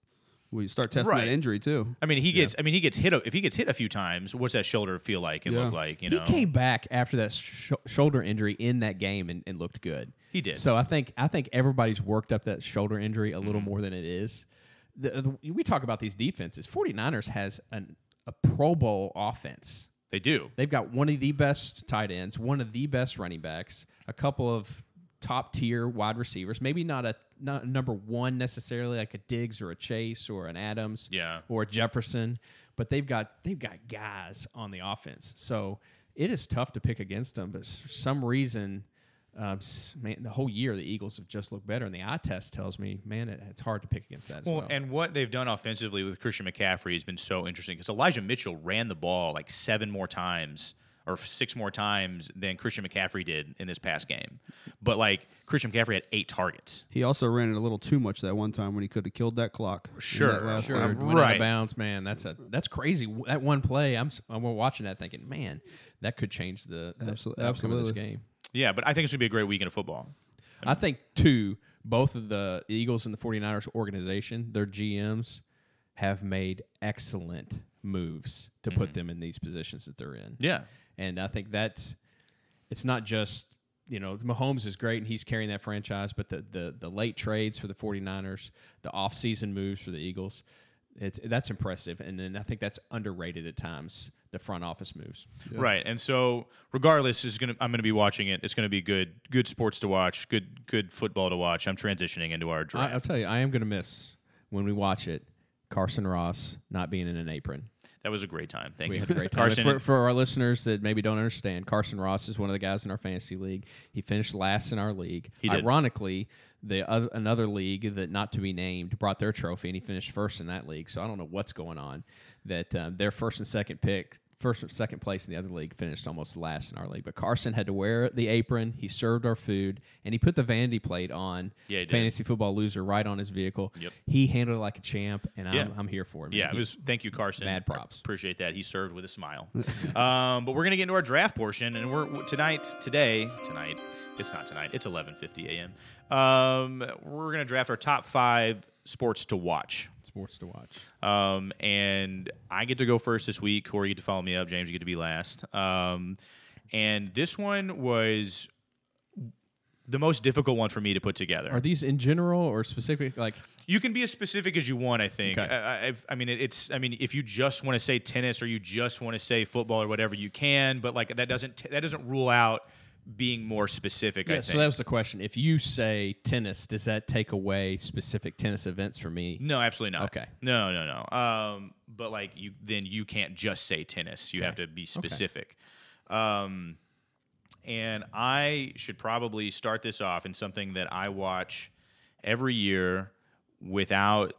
Speaker 3: well, you start testing
Speaker 1: Right.
Speaker 3: that injury too.
Speaker 1: I mean, he gets. I mean, he gets hit. a- If he gets hit a few times, what's that shoulder feel like and
Speaker 3: Yeah.
Speaker 1: look like? You know,
Speaker 2: He came back after that sh- shoulder injury in that game and, and looked good.
Speaker 1: He did.
Speaker 2: So I think I think everybody's worked up that shoulder injury a
Speaker 1: Mm-hmm.
Speaker 2: little more than it is. The, the- we talk about these defenses. 49ers has an, a Pro Bowl offense.
Speaker 1: they do.
Speaker 2: They've got one of the best tight ends, one of the best running backs, a couple of top tier wide receivers. Maybe not a not number one necessarily, like a Diggs or a Chase or an Adams,
Speaker 1: Yeah.
Speaker 2: or a Jefferson. But they've got they've got guys on the offense, so it is tough to pick against them. But s- for some reason, um, s- man, the whole year the Eagles have just looked better, and the eye test tells me, man, it, it's hard to pick against that as well.
Speaker 1: Well, and what they've done offensively with Christian McCaffrey has been so interesting because Elijah Mitchell ran the ball like seven more times or six more times than Christian McCaffrey did in this past game. But like Christian McCaffrey had eight targets.
Speaker 3: He also ran it a little too much that one time when he could have killed that clock. in that
Speaker 1: Sure,
Speaker 3: last
Speaker 1: sure.
Speaker 3: third.
Speaker 2: Dude, went out
Speaker 1: Right.
Speaker 2: of bounds, man. That's a that's crazy. W- That one play, I'm s- I'm watching that thinking, man, that could change the, the
Speaker 3: Absol-
Speaker 2: the outcome of this
Speaker 3: absolutely.
Speaker 2: game.
Speaker 1: Yeah, but I think it's gonna be a great weekend of football.
Speaker 2: I think two, both of the Eagles and the 49ers organization, their GMs have made excellent moves to put them in these positions that they're in.
Speaker 1: Yeah,
Speaker 2: And I think that's it's not just you know Mahomes is great and he's carrying that franchise, but the the, the late trades for the 49ers, the offseason moves for the Eagles, it's that's impressive. And then I think that's underrated at times the front office moves.
Speaker 1: right. And so, regardless, is gonna I'm gonna be watching it. It's gonna be good, good sports to watch, good, good football to watch. I'm transitioning into our
Speaker 2: I,
Speaker 1: draft.
Speaker 2: I'll tell you, I am going to miss when we watch it. Carson Ross not being in an apron.
Speaker 1: that was a great time. Thank
Speaker 2: We
Speaker 1: you, *laughs*
Speaker 2: had a great time. And
Speaker 1: Carson.
Speaker 2: For, for our listeners that maybe don't understand, Carson Ross is one of the guys in our fantasy league. He finished last in our league.
Speaker 1: He did.
Speaker 2: Ironically, the oth- another league that not to be named brought their trophy, and he finished first in that league. So I don't know what's going on. That um, their first and second pick, first and second place in the other league, finished almost last in our league. But Carson had to wear the apron. He served our food, and he put the vanity plate on.
Speaker 1: Yeah, he did.
Speaker 2: fantasy football loser right on his vehicle.
Speaker 1: Yep.
Speaker 2: He handled it like a champ, and
Speaker 1: Yeah.
Speaker 2: I'm, I'm here for him.
Speaker 1: Yeah, it was. Thank you, Carson.
Speaker 2: Mad props.
Speaker 1: Appreciate that. He served with a smile. *laughs* um, but we're gonna get into our draft portion, and we're tonight, today, tonight. It's not tonight. It's 11:50 a.m. Um, we're gonna draft our top five sports to watch.
Speaker 2: sports to watch.
Speaker 1: Um, and I get to go first this week. Corey, you get to follow me up. James, you get to be last. Um, and this one was the most difficult one for me to put together.
Speaker 2: Are these in general or specific? Like,
Speaker 1: You can be as specific as you want. I think.
Speaker 2: Okay.
Speaker 1: I, I, I've- I mean, it- it's. I mean, if you just want to say tennis or you just want to say football or whatever, you can. But like that doesn't t- that doesn't rule out being more specific. I
Speaker 2: yeah,
Speaker 1: think.
Speaker 2: so that was the question. If you say tennis, does that take away specific tennis events for me?
Speaker 1: no, absolutely not.
Speaker 2: Okay.
Speaker 1: No, no, no. Um, but like you, then you can't just say tennis. You have to be specific. Um, and I should probably start this off in something that I watch every year without.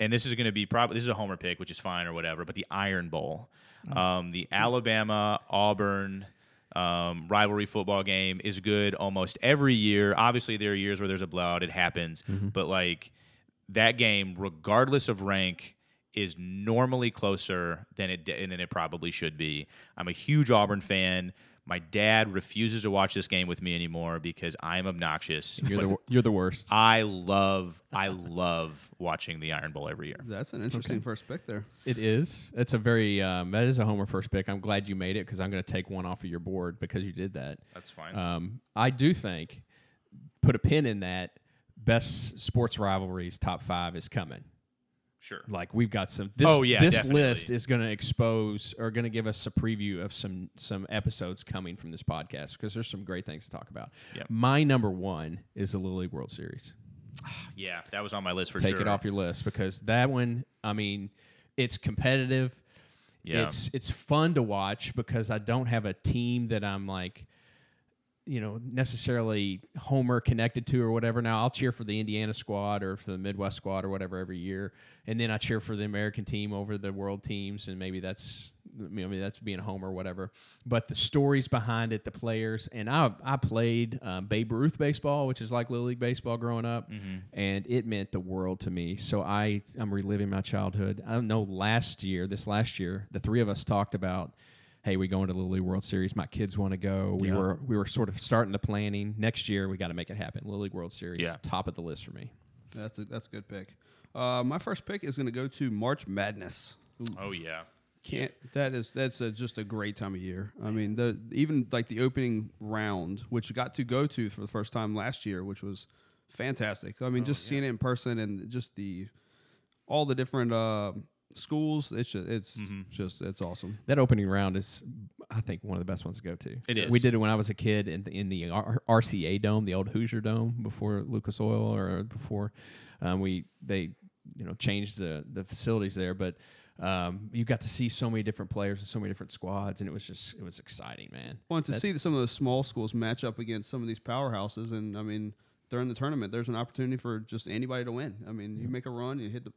Speaker 1: And this is going to be probably this is a homer pick, which is fine or whatever. But the Iron Bowl,
Speaker 2: Mm-hmm.
Speaker 1: um, the Alabama Auburn um, rivalry football game is good almost every year. Obviously, there are years
Speaker 2: Mm-hmm.
Speaker 1: where there's a blowout; it happens. But like that game, regardless of rank, is normally closer than it than it probably should be. I'm a huge Auburn fan. My dad refuses to watch this game with me anymore because I'm obnoxious.
Speaker 2: You're
Speaker 1: but
Speaker 2: the you're the worst.
Speaker 1: I love I love watching the Iron Bowl every year.
Speaker 3: That's an interesting first pick there.
Speaker 2: It is. It's a very um, that is a homer first pick. I'm glad you made it because I'm going to take one off of your board because you did that.
Speaker 1: That's fine.
Speaker 2: Um, I do think put a pin in that. Best sports rivalries top five is coming.
Speaker 1: sure.
Speaker 2: Like we've got some. This,
Speaker 1: Oh, yeah,
Speaker 2: this
Speaker 1: definitely.
Speaker 2: list is going to expose or going to give us a preview of some some episodes coming from this podcast because there's some great things to talk about.
Speaker 1: Yep.
Speaker 2: My number one is the Little League World Series.
Speaker 1: Yeah, that was on my list for
Speaker 2: Take
Speaker 1: sure.
Speaker 2: it off your list because that one. I mean, it's competitive.
Speaker 1: Yeah.
Speaker 2: It's it's fun to watch because I don't have a team that I'm like, you know, necessarily Homer connected to or whatever. Now I'll cheer for the Indiana squad or for the Midwest squad or whatever every year, and then I cheer for the American team over the world teams, and maybe that's I mean maybe that's being Homer or whatever. But the stories behind it, the players, and I I played um, Babe Ruth baseball, which is like little league baseball growing up, and it meant the world to me. So I I'm reliving my childhood. I know last year, this last year, the three of us talked about hey, we going to the Little League World Series. My kids want to go. We were we were sort of starting the planning. Next year, we got to make it happen. Little League World Series,
Speaker 1: Yeah.
Speaker 2: top of the list for me.
Speaker 3: That's a, that's a good pick. Uh, my first pick is going to go to March Madness.
Speaker 1: oh yeah.
Speaker 3: Can't that is that's a, just a great time of year. I mean, the even like the opening round, which got to go to for the first time last year, which was fantastic. I mean,
Speaker 1: Oh,
Speaker 3: just seeing it in person and just the all the different uh, schools. It's just, it's
Speaker 1: Mm-hmm.
Speaker 3: just it's awesome.
Speaker 2: That opening round is, I think, one of the best ones to go to.
Speaker 1: It is.
Speaker 2: We did it when I was a kid in the, in the R- RCA Dome, the old Hoosier Dome, before Lucas Oil or before um, we they you know changed the the facilities there, but. Um, you got to see so many different players and so many different squads, and it was just it was exciting, man.
Speaker 3: wanted to see that some of those small schools match up against some of these powerhouses, and I mean, during the tournament, there's an opportunity for just anybody to win. I mean, you make a run, you hit the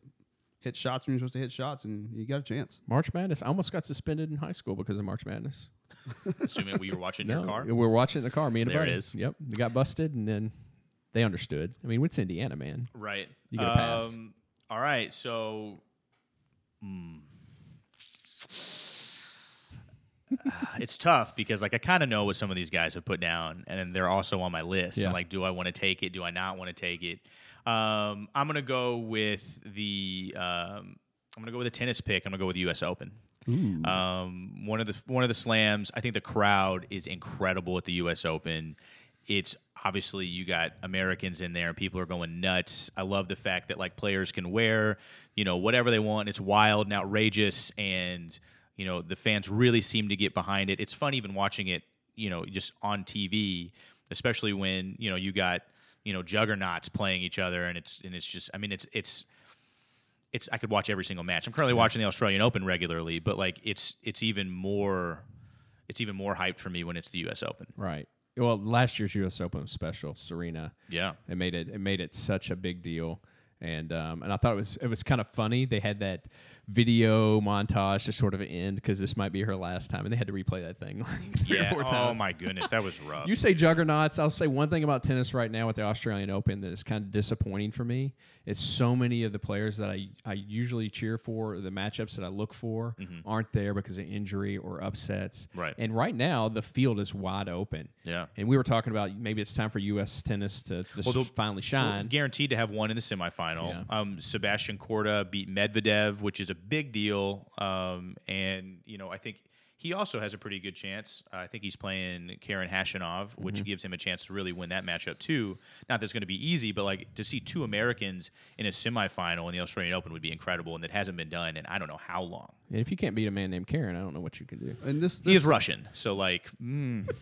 Speaker 3: hit shots when you're supposed to hit shots, and you got a chance.
Speaker 2: March Madness. I almost got suspended in high school because of March Madness.
Speaker 1: Assuming we were
Speaker 2: *laughs*
Speaker 1: watching your car.
Speaker 2: we We're watching it in the car. Me and a
Speaker 1: There it
Speaker 2: buddy.
Speaker 1: is.
Speaker 2: Yep. They got busted, and then they understood. I mean, it's Indiana, man.
Speaker 1: Right. Um,
Speaker 2: You get a pass.
Speaker 1: all right. So, mm. *sighs* it's tough because like I kind of know what some of these guys have put down, and they're also on my list.
Speaker 2: Yeah.
Speaker 1: And like, do I want to take it? Do I not want to take it? Um, I'm gonna go with the. Um, I'm gonna go with a tennis pick. I'm gonna go with U.S. Open. Um, one of the one of the slams. I think the crowd is incredible at the U.S. Open. It's obviously you got Americans in there, and people are going nuts. I love the fact that like players can wear, you know, whatever they want. It's wild and outrageous, and you know the fans really seem to get behind it. It's fun even watching it, you know, just on TV, especially when you know you got you know juggernauts playing each other, and it's and it's just. I mean, it's it's it's I could watch every single match. I'm currently watching the Australian Open regularly, but like it's it's even more it's even more hyped for me when it's the U.S. Open.
Speaker 2: Right. Well, last year's U.S. Open was special. Serena.
Speaker 1: Yeah,
Speaker 2: It made it. It made it such a big deal. And um, and I thought it was it was kind of funny. They had that video montage to sort of end because this might be her last time, and they had to replay that thing *laughs* like three
Speaker 1: yeah.
Speaker 2: or four
Speaker 1: Oh
Speaker 2: times.
Speaker 1: my goodness, that
Speaker 2: *laughs*
Speaker 1: was rough.
Speaker 2: You say juggernauts. I'll say one thing about tennis right now with the Australian Open that is kind of disappointing for me. It's so many of the players that I, I usually cheer for, the matchups that I look for, aren't there because of injury or upsets.
Speaker 1: Mm-hmm. Right.
Speaker 2: And right now, the field is wide open.
Speaker 1: Yeah.
Speaker 2: And we were talking about maybe it's time for U.S. tennis to just
Speaker 1: Well, they'll-
Speaker 2: finally shine.
Speaker 1: guaranteed to have one in the semifinal.
Speaker 2: Yeah.
Speaker 1: Um, Sebastian Korda beat Medvedev, which is a big deal. Um, and you know, I think he also has a pretty good chance. Uh, I think he's playing Karen Hashinov, which gives him a chance to really win that matchup too. Not that it's going to be easy, but like to see two Americans in a semifinal in the Australian Open would be incredible, and that hasn't been done in I don't know how long.
Speaker 2: and if you can't beat a man named Karen, I don't know what you can do.
Speaker 3: And this
Speaker 1: He
Speaker 3: this,
Speaker 1: is Russian, so like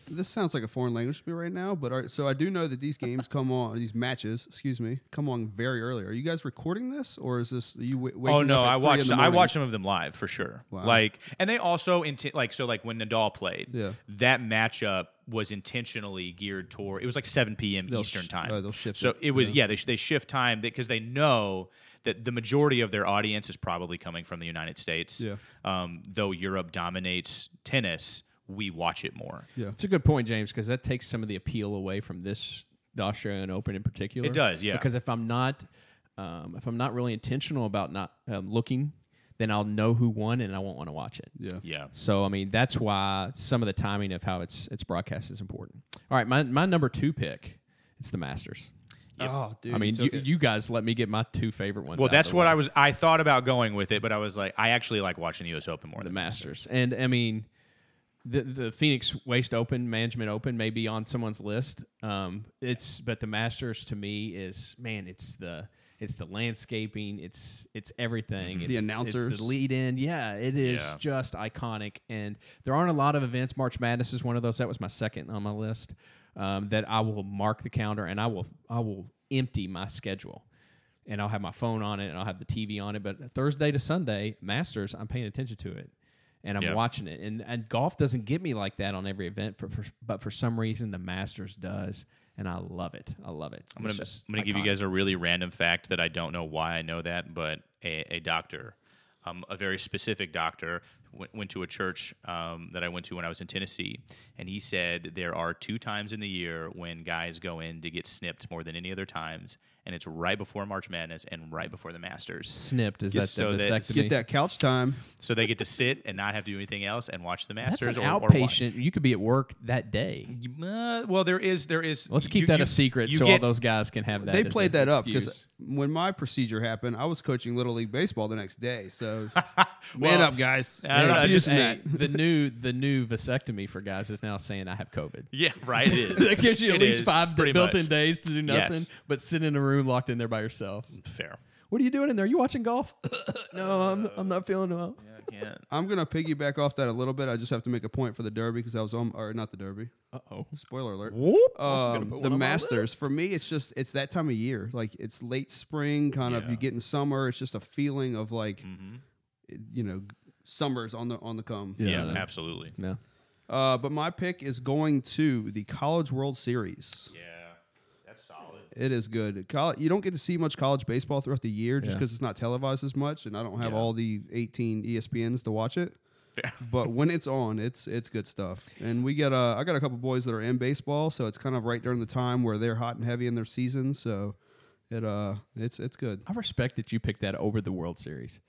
Speaker 3: this sounds like a foreign language to me right now, but are, so I do know that these
Speaker 2: *laughs*
Speaker 3: games come on these matches, excuse me, come on very early. Are you guys recording this, or is this are you w- waking
Speaker 1: Oh no,
Speaker 3: up at
Speaker 1: I
Speaker 3: three in
Speaker 1: watched.
Speaker 3: the
Speaker 1: I
Speaker 3: morning?
Speaker 1: watched some of them live for sure. Like, and they also inti- like so like when Nadal played,
Speaker 3: Yeah.
Speaker 1: that matchup was intentionally geared toward. It was like 7 p.m.
Speaker 3: They'll
Speaker 1: Eastern
Speaker 3: sh-
Speaker 1: time.
Speaker 3: oh, they'll shift
Speaker 1: So
Speaker 3: it,
Speaker 1: it was yeah, they, sh- they shift time because they know that the majority of their audience is probably coming from the United States.
Speaker 3: Yeah.
Speaker 1: Um, though Europe dominates tennis, we watch it more.
Speaker 3: Yeah.
Speaker 2: It's a good point, James, because that takes some of the appeal away from this the Australian Open in particular.
Speaker 1: It does, yeah.
Speaker 2: Because if I'm not, um, if I'm not really intentional about not um, looking, then I'll know who won and I won't want to watch it.
Speaker 3: Yeah.
Speaker 1: Yeah.
Speaker 2: So I mean that's why some of the timing of how it's it's broadcast is important. All right, my my number two pick, it's the Masters.
Speaker 3: Oh, dude.
Speaker 2: I mean, you,
Speaker 3: took it.
Speaker 2: you guys let me get my two favorite ones.
Speaker 1: Well,
Speaker 2: out of the
Speaker 1: that's what
Speaker 2: way.
Speaker 1: I was. I thought about going with it, but I was like, I actually like watching the U.S. Open more
Speaker 2: the
Speaker 1: than
Speaker 2: Masters. And I mean, the the Phoenix Waste Open, Management Open may be on someone's list. Um, it's but the Masters to me is man, it's the it's the landscaping, it's it's everything. It's, it's
Speaker 3: announcers.
Speaker 2: the lead in. Yeah, it is
Speaker 1: Yeah.
Speaker 2: just iconic. And there aren't a lot of events. March Madness is one of those. That was my second on my list. Um, that I will mark the calendar and I will I will empty my schedule and I'll have my phone on it and I'll have the TV on it. But Thursday to Sunday, Masters, I'm paying attention to it and I'm
Speaker 1: Yeah.
Speaker 2: watching it. And and golf doesn't get me like that on every event, for, for, but for some reason the Masters does, and I love it. I love it.
Speaker 1: I'm gonna, I'm gonna give you guys a really random fact that I don't know why I know that, but a, a doctor, um, a very specific doctor, went, went to a church um, that I went to when I was in Tennessee, and he said there are two times in the year when guys go in to get snipped more than any other times, and it's right before March Madness and right before the Masters.
Speaker 2: snipped. Is
Speaker 1: Get
Speaker 2: that
Speaker 1: so
Speaker 2: the
Speaker 1: that-
Speaker 2: vasectomy?
Speaker 3: get that couch time.
Speaker 1: So they get to sit and not have to do anything else and watch the
Speaker 2: That's an
Speaker 1: Masters or, or watch.
Speaker 2: outpatient. you could be at work that day.
Speaker 1: You- Uh, well, there is there is.
Speaker 2: Let's keep
Speaker 1: you-
Speaker 2: that
Speaker 1: you-
Speaker 2: a secret
Speaker 1: you
Speaker 2: so all
Speaker 1: get-
Speaker 2: those guys can have that.
Speaker 3: they
Speaker 2: as
Speaker 3: played
Speaker 2: their
Speaker 3: that up
Speaker 2: excuse.
Speaker 3: because when my procedure happened, I was coaching little league baseball the next day.
Speaker 1: *laughs*
Speaker 3: So man up, guys.
Speaker 1: I don't
Speaker 3: Stop
Speaker 1: know, I just-
Speaker 3: using
Speaker 2: Hey,
Speaker 3: that.
Speaker 2: the new the new vasectomy for guys is now saying I have COVID.
Speaker 1: *laughs* Yeah, right. It is.
Speaker 2: *laughs* that gives you at
Speaker 1: It
Speaker 2: least
Speaker 1: is,
Speaker 2: five
Speaker 1: pretty
Speaker 2: built-in
Speaker 1: much.
Speaker 2: days to do
Speaker 1: Yes.
Speaker 2: nothing but sit in a room locked in there by yourself.
Speaker 1: Fair.
Speaker 2: What are you doing in there? Are you watching golf? no, I'm, I'm not feeling well.
Speaker 1: I can't.
Speaker 3: I'm gonna piggyback off that a little bit. I just have to make a point for the Derby because I was on, or not the Derby.
Speaker 2: Uh-oh.
Speaker 3: Spoiler alert.
Speaker 2: Whoop.
Speaker 3: Um, the Masters for me, it's just it's that time of year. Like it's late spring, kind of.
Speaker 1: Yeah.
Speaker 3: You get in summer. It's just a feeling of like, it- you know, summer's on the on the come.
Speaker 1: Yeah,
Speaker 2: no.
Speaker 1: absolutely.
Speaker 2: No.
Speaker 3: Uh, but my pick is going to the College World Series.
Speaker 1: Yeah, that's solid.
Speaker 3: It is good. College, you don't get to see much college baseball throughout the year just
Speaker 2: Yeah.
Speaker 3: because it's not televised as much, and I don't have
Speaker 1: Yeah.
Speaker 3: all the E 18 ESPNs to watch it. *laughs* but when it's on, it's it's good stuff. And we got uh, I got a couple boys that are in baseball, so it's kind of right during the time where they're hot and heavy in their season. So it uh it's it's good.
Speaker 2: I respect that you picked that over the World Series.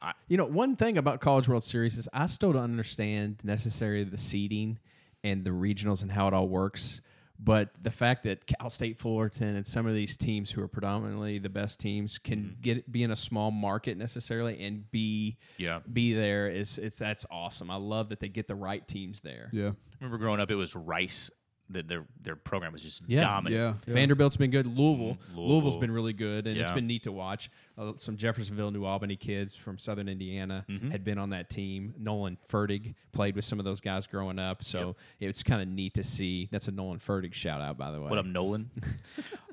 Speaker 1: I-
Speaker 2: you know, one thing about College World Series is I still don't understand necessarily the seeding and the regionals and how it all works. But the fact that Cal State Fullerton and some of these teams who are predominantly the best teams can
Speaker 1: Mm-hmm.
Speaker 2: get be in a small market necessarily and be
Speaker 1: Yeah.
Speaker 2: be there is it's that's awesome. I love that they get the right teams there.
Speaker 3: Yeah,
Speaker 1: Remember growing up, it was Rice. That their their program was just
Speaker 2: Yeah.
Speaker 1: dominant.
Speaker 3: yeah, yeah.
Speaker 2: Vanderbilt's been good. Louisville,
Speaker 1: Mm, Louisville.
Speaker 2: Louisville's been really good, and it's
Speaker 1: Yeah.
Speaker 2: been neat to watch. Uh, some Jeffersonville, New Albany kids from Southern Indiana
Speaker 1: Mm-hmm.
Speaker 2: had been on that team. Nolan Fertig played with some of those guys growing up, so it's kind of neat to see. That's a Nolan Fertig shout out, by the way.
Speaker 1: What up, Nolan?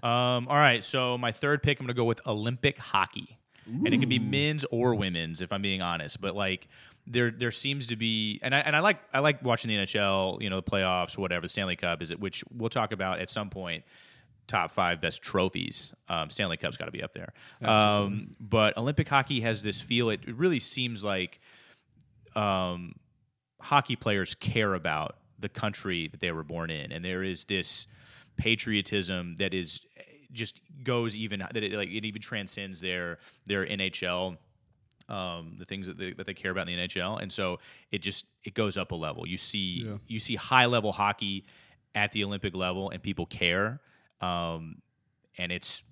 Speaker 1: um, all right, so my third pick, I'm going to go with Olympic hockey, and it can be men's or women's, if I'm being honest. But like, there there seems to be, and I and I like I like watching the NHL, you know, the playoffs, whatever. The Stanley Cup is it, which we'll talk about at some point. Top five best trophies. Um, Stanley Cup's got to be up there. Um, but Olympic hockey has this feel. It it really seems like um, hockey players care about the country that they were born in, and there is this patriotism that is just goes even that it like it even transcends their their NHL. Um, the things that they, that they care about in the NHL, and so it just it goes up a level. You see
Speaker 3: Yeah.
Speaker 1: you see high level hockey at the Olympic level, and people care. Um, and it's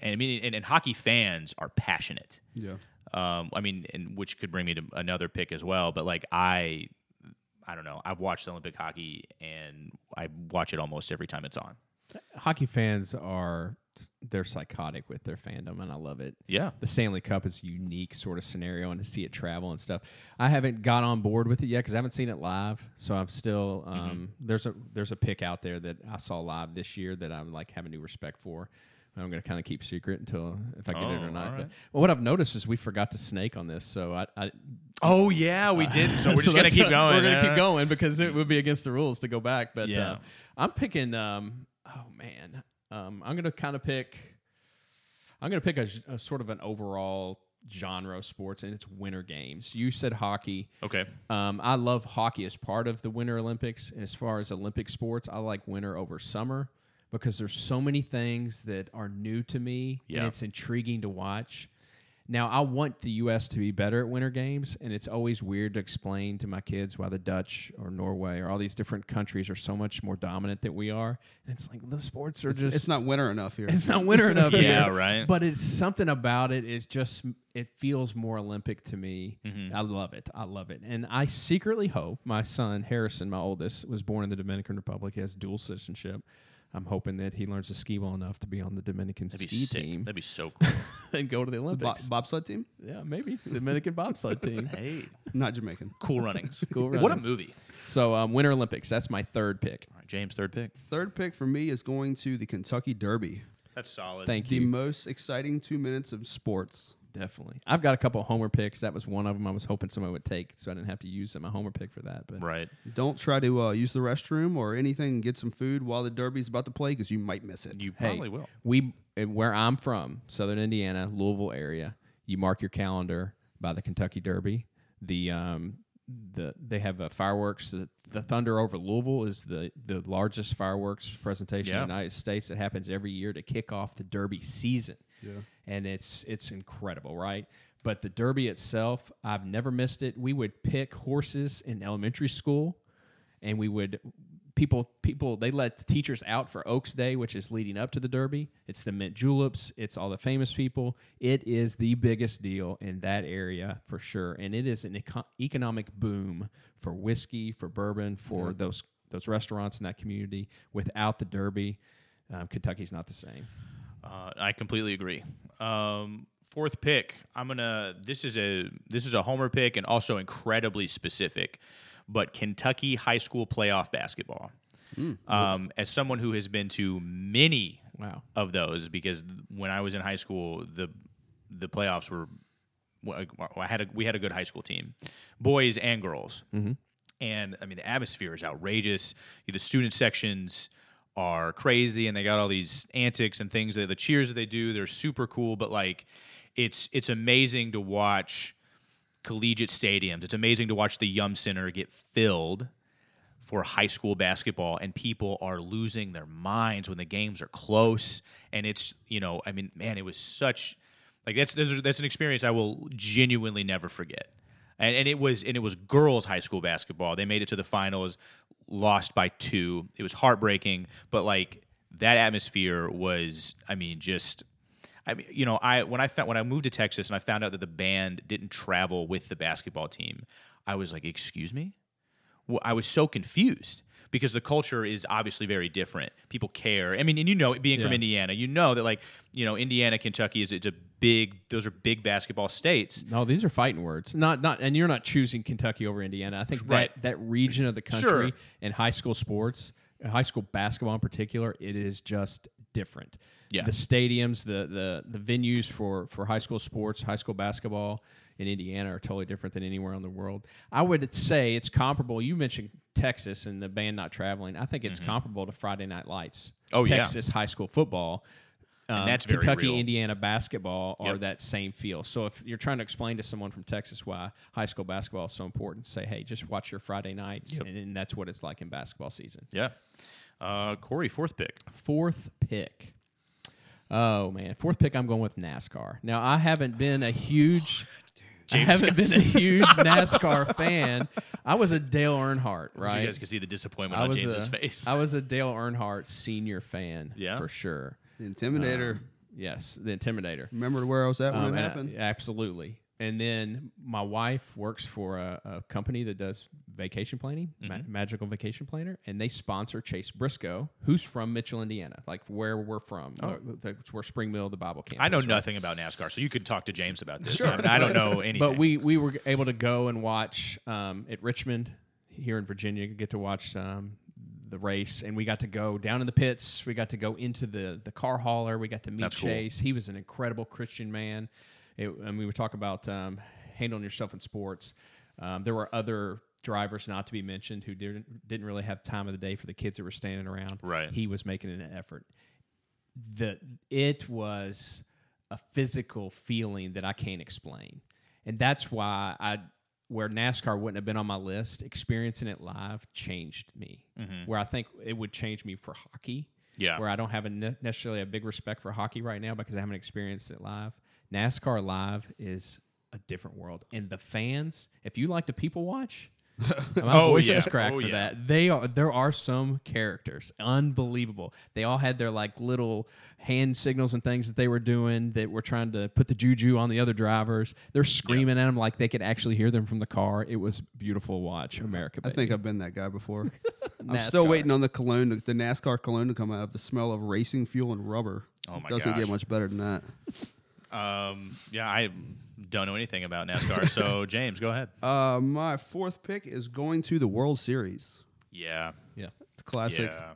Speaker 1: and I mean and, and hockey fans are passionate.
Speaker 3: yeah.
Speaker 1: Um, I mean, and which could bring me to another pick as well. But like I, I don't know. I've watched Olympic hockey, and I watch it almost every time it's on.
Speaker 2: Hockey fans are they're psychotic with their fandom, and I love it.
Speaker 1: Yeah,
Speaker 2: the Stanley Cup is a unique sort of scenario and to see it travel and stuff. I haven't got on board with it yet because I haven't seen it live. So I'm still
Speaker 1: Mm-hmm.
Speaker 2: um, there's a there's a pick out there that I saw live this year that I'm like having new respect for. And I'm gonna kind of keep secret until if I get it
Speaker 1: Oh,
Speaker 2: or not.
Speaker 1: all
Speaker 2: But
Speaker 1: right.
Speaker 2: well, what I've noticed is we forgot to snake on this, so I, I
Speaker 1: Oh yeah, we did. *laughs* So we're
Speaker 2: *laughs*
Speaker 1: just gonna
Speaker 2: that's
Speaker 1: keep
Speaker 2: what-
Speaker 1: going.
Speaker 2: We're gonna
Speaker 1: Uh,
Speaker 2: keep going because it would be against the rules to go back. But
Speaker 1: Yeah.
Speaker 2: uh, I'm picking. Um, oh man, um, I'm gonna kind of pick. I'm gonna pick a, g- a sort of an overall genre of sports, and it's winter games. You said hockey.
Speaker 1: Okay.
Speaker 2: Um, I love hockey as part of the Winter Olympics. And as far as Olympic sports, I like winter over summer because there's so many things that are new to me
Speaker 1: Yeah.
Speaker 2: and it's intriguing to watch. Now, I want the U.S. to be better at winter games, and it's always weird to explain to my kids why the Dutch or Norway or all these different countries are so much more dominant than we are. And it's like the sports are just
Speaker 3: It's not winter enough here.
Speaker 2: it's not winter enough
Speaker 1: Yeah,
Speaker 2: yet.
Speaker 1: right.
Speaker 2: But it's something about it. It's just it feels more Olympic to me.
Speaker 1: Mm-hmm.
Speaker 2: I love it. I love it. And I secretly hope my son Harrison, my oldest, was born in the Dominican Republic. He has dual citizenship. I'm hoping that he learns to ski well enough to be on the Dominican
Speaker 1: That'd be
Speaker 2: ski
Speaker 1: sick.
Speaker 2: team
Speaker 1: That'd be *laughs* so cool.
Speaker 2: *laughs* and go to the
Speaker 3: Bo-
Speaker 2: Olympics.
Speaker 3: bobsled team,
Speaker 2: yeah, maybe *laughs* Dominican bobsled team.
Speaker 1: hey,
Speaker 3: not Jamaican.
Speaker 1: cool runnings.
Speaker 2: Cool
Speaker 1: What a
Speaker 2: runnings.
Speaker 1: movie.
Speaker 2: So um, Winter Olympics. That's my third pick.
Speaker 1: All right, James, third pick.
Speaker 3: Third pick for me is going to the Kentucky Derby.
Speaker 1: That's solid.
Speaker 2: Thank
Speaker 3: The
Speaker 2: you.
Speaker 3: most exciting two minutes of sports.
Speaker 2: Definitely. I've got a couple homer picks. That was one of them. I was hoping someone would take, so I didn't have to use my homer pick for that. But
Speaker 1: Right.
Speaker 3: Don't try to uh, use the restroom or anything. Get some food while the Derby's about to play because you might miss it.
Speaker 1: You
Speaker 2: Hey,
Speaker 1: probably will.
Speaker 2: We uh, where I'm from, Southern Indiana, Louisville area. You mark your calendar by the Kentucky Derby. The um the they have uh, fireworks. The, the Thunder over Louisville is the the largest fireworks presentation
Speaker 1: Yeah.
Speaker 2: in the United States. It happens every year to kick off the Derby season. Yeah. And it's it's incredible, right? But the Derby itself, I've never missed it. We would pick horses in elementary school and we would people people they let the teachers out for Oaks Day, which is leading up to the Derby. It's the mint juleps. It's all the famous people. It is the biggest deal in that area for sure, and it is an eco- economic boom for whiskey, for bourbon, for those those restaurants in that community. Without the Derby, um, Kentucky's not the same.
Speaker 1: Uh, I completely agree. Um, fourth pick, I'm gonna. This is a this is a homer pick and also incredibly specific, but Kentucky high school playoff basketball. Um, as someone who has been to many
Speaker 2: Wow.
Speaker 1: of those, because when I was in high school, the the playoffs were. well, I had a, we had a good high school team, boys and girls and I mean the atmosphere is outrageous. The student sections are crazy, and they got all these antics and things. The cheers that they do, they're super cool. But like, it's it's amazing to watch collegiate stadiums. It's amazing to watch the Yum Center get filled for high school basketball and people are losing their minds when the games are close and it's you know i mean man it was such like that's that's, that's an experience i will genuinely never forget and, and it was and it was girls high school basketball they made it to the finals lost by two it was heartbreaking but like that atmosphere was i mean just I mean, you know, I when I found, when I moved to Texas and I found out that the band didn't travel with the basketball team, I was like, "Excuse me, well, I was so confused because the culture is obviously very different. People care. I mean, and you know, being from
Speaker 2: Yeah.
Speaker 1: Indiana, you know that like you know Indiana, Kentucky is it's a big. Those are big basketball states.
Speaker 2: No, these are fighting words. Not not, and you're not choosing Kentucky over Indiana. I think
Speaker 1: Right.
Speaker 2: that that region of the country
Speaker 1: Sure.
Speaker 2: and high school sports, uh, high school basketball in particular, it is just different.
Speaker 1: Yeah.
Speaker 2: the stadiums, the the the venues for for high school sports, high school basketball in Indiana are totally different than anywhere in the world. I would say it's comparable. You mentioned Texas and the band not traveling. I think it's comparable to Friday Night Lights.
Speaker 1: Mm-hmm. Oh, yeah.
Speaker 2: Texas high school football. Um,
Speaker 1: that's very
Speaker 2: Kentucky,
Speaker 1: real.
Speaker 2: Indiana basketball are
Speaker 1: Yep.
Speaker 2: that same feel. So if you're trying to explain to someone from Texas why high school basketball is so important, say, "Hey, just watch your Friday nights," and, and that's what it's like in basketball season.
Speaker 1: Yeah, uh, Corey, fourth pick.
Speaker 2: Fourth pick. Oh man, fourth pick. I'm going with NASCAR. Now I haven't been
Speaker 1: *sighs*
Speaker 2: a huge, I haven't been a
Speaker 1: *laughs*
Speaker 2: huge NASCAR fan. I was a Dale Earnhardt, right?
Speaker 1: You guys can see the disappointment
Speaker 2: I
Speaker 1: on
Speaker 2: was
Speaker 1: James's
Speaker 2: a-
Speaker 1: face.
Speaker 2: I was a Dale Earnhardt senior fan,
Speaker 1: Yeah.
Speaker 2: for sure.
Speaker 3: The Intimidator.
Speaker 1: Um,
Speaker 2: Yes, the Intimidator.
Speaker 3: Remember where I was at when
Speaker 2: Um,
Speaker 3: it
Speaker 2: and I-
Speaker 3: happened?
Speaker 2: absolutely. And then my wife works for a, a company that does vacation planning, ma-
Speaker 1: Mm-hmm.
Speaker 2: Magical Vacation Planner, and they sponsor Chase Briscoe, who's from Mitchell, Indiana, like where we're from. Oh. That's where Spring Mill, the Bible campus.
Speaker 1: I know
Speaker 2: right?
Speaker 1: nothing about NASCAR, so you could talk to James about this. I, mean, I don't know anything.
Speaker 2: *laughs* But we we were able to go and watch um, at Richmond here in Virginia. Get to watch um, the race, and we got to go down in the pits. We got to go into the the car hauler. We got to meet
Speaker 1: That's cool.
Speaker 2: Chase. He was an incredible Christian man. It, and we would talk about um, handling yourself in sports. Um, there were other drivers not to be mentioned who didn't didn't really have time of the day for the kids that were standing around.
Speaker 1: Right.
Speaker 2: He was making an effort the it was a physical feeling that I can't explain. And that's why I where NASCAR wouldn't have been on my list, experiencing it live changed me. Where I think it would change me for hockey.
Speaker 1: Mm-hmm. Yeah.
Speaker 2: Where I don't have a ne- necessarily a big respect for hockey right now because I haven't experienced it live. NASCAR Live is a different world, and the fans. If you like to
Speaker 1: *laughs*
Speaker 2: people watch, my
Speaker 1: Oh,
Speaker 2: voice
Speaker 1: yeah.
Speaker 2: just cracked
Speaker 1: Oh,
Speaker 2: for
Speaker 1: yeah.
Speaker 2: that. Uh, They are there are some characters unbelievable. They all had their like little hand signals and things that they were doing that were trying to put the juju on the other drivers. They're screaming at them like they could actually hear them from the car. It was beautiful. to Watch America.
Speaker 3: I
Speaker 2: baby.
Speaker 3: think I've been that
Speaker 1: *laughs*
Speaker 3: guy before. I'm still
Speaker 2: NASCAR.
Speaker 3: waiting on the cologne, to, the NASCAR cologne to come out of the smell of racing fuel and rubber.
Speaker 1: Oh my
Speaker 3: Doesn't
Speaker 1: gosh.
Speaker 3: get much better
Speaker 1: *laughs*
Speaker 3: than that.
Speaker 1: Um, yeah, I don't know anything about NASCAR.
Speaker 2: *laughs*
Speaker 1: so James, go ahead.
Speaker 3: Uh, my fourth pick is going to the World Series.
Speaker 1: Yeah,
Speaker 2: Yeah.
Speaker 3: It's classic.
Speaker 1: yeah,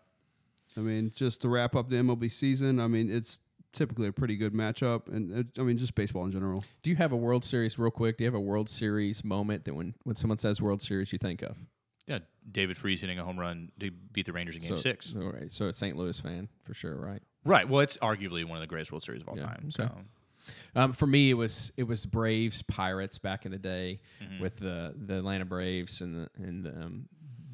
Speaker 3: I mean, just to wrap up the MLB season, I mean, it's typically a pretty good matchup, and uh, I mean, just baseball in general.
Speaker 2: Do you have a World Series real quick? Do you have a World Series moment that when when someone says World Series you think of?
Speaker 1: yeah. David Freeze hitting a home run to beat the Rangers in Game
Speaker 2: so,
Speaker 1: Six.
Speaker 2: All right. So it's St. Louis fan for sure, right?
Speaker 1: Right. Well, it's arguably one of the greatest World Series of all
Speaker 2: Yeah,
Speaker 1: time.
Speaker 2: okay.
Speaker 1: So
Speaker 2: Um, for me, it was it was Braves Pirates back in the day
Speaker 1: Mm-hmm.
Speaker 2: with the the Atlanta Braves and the and um,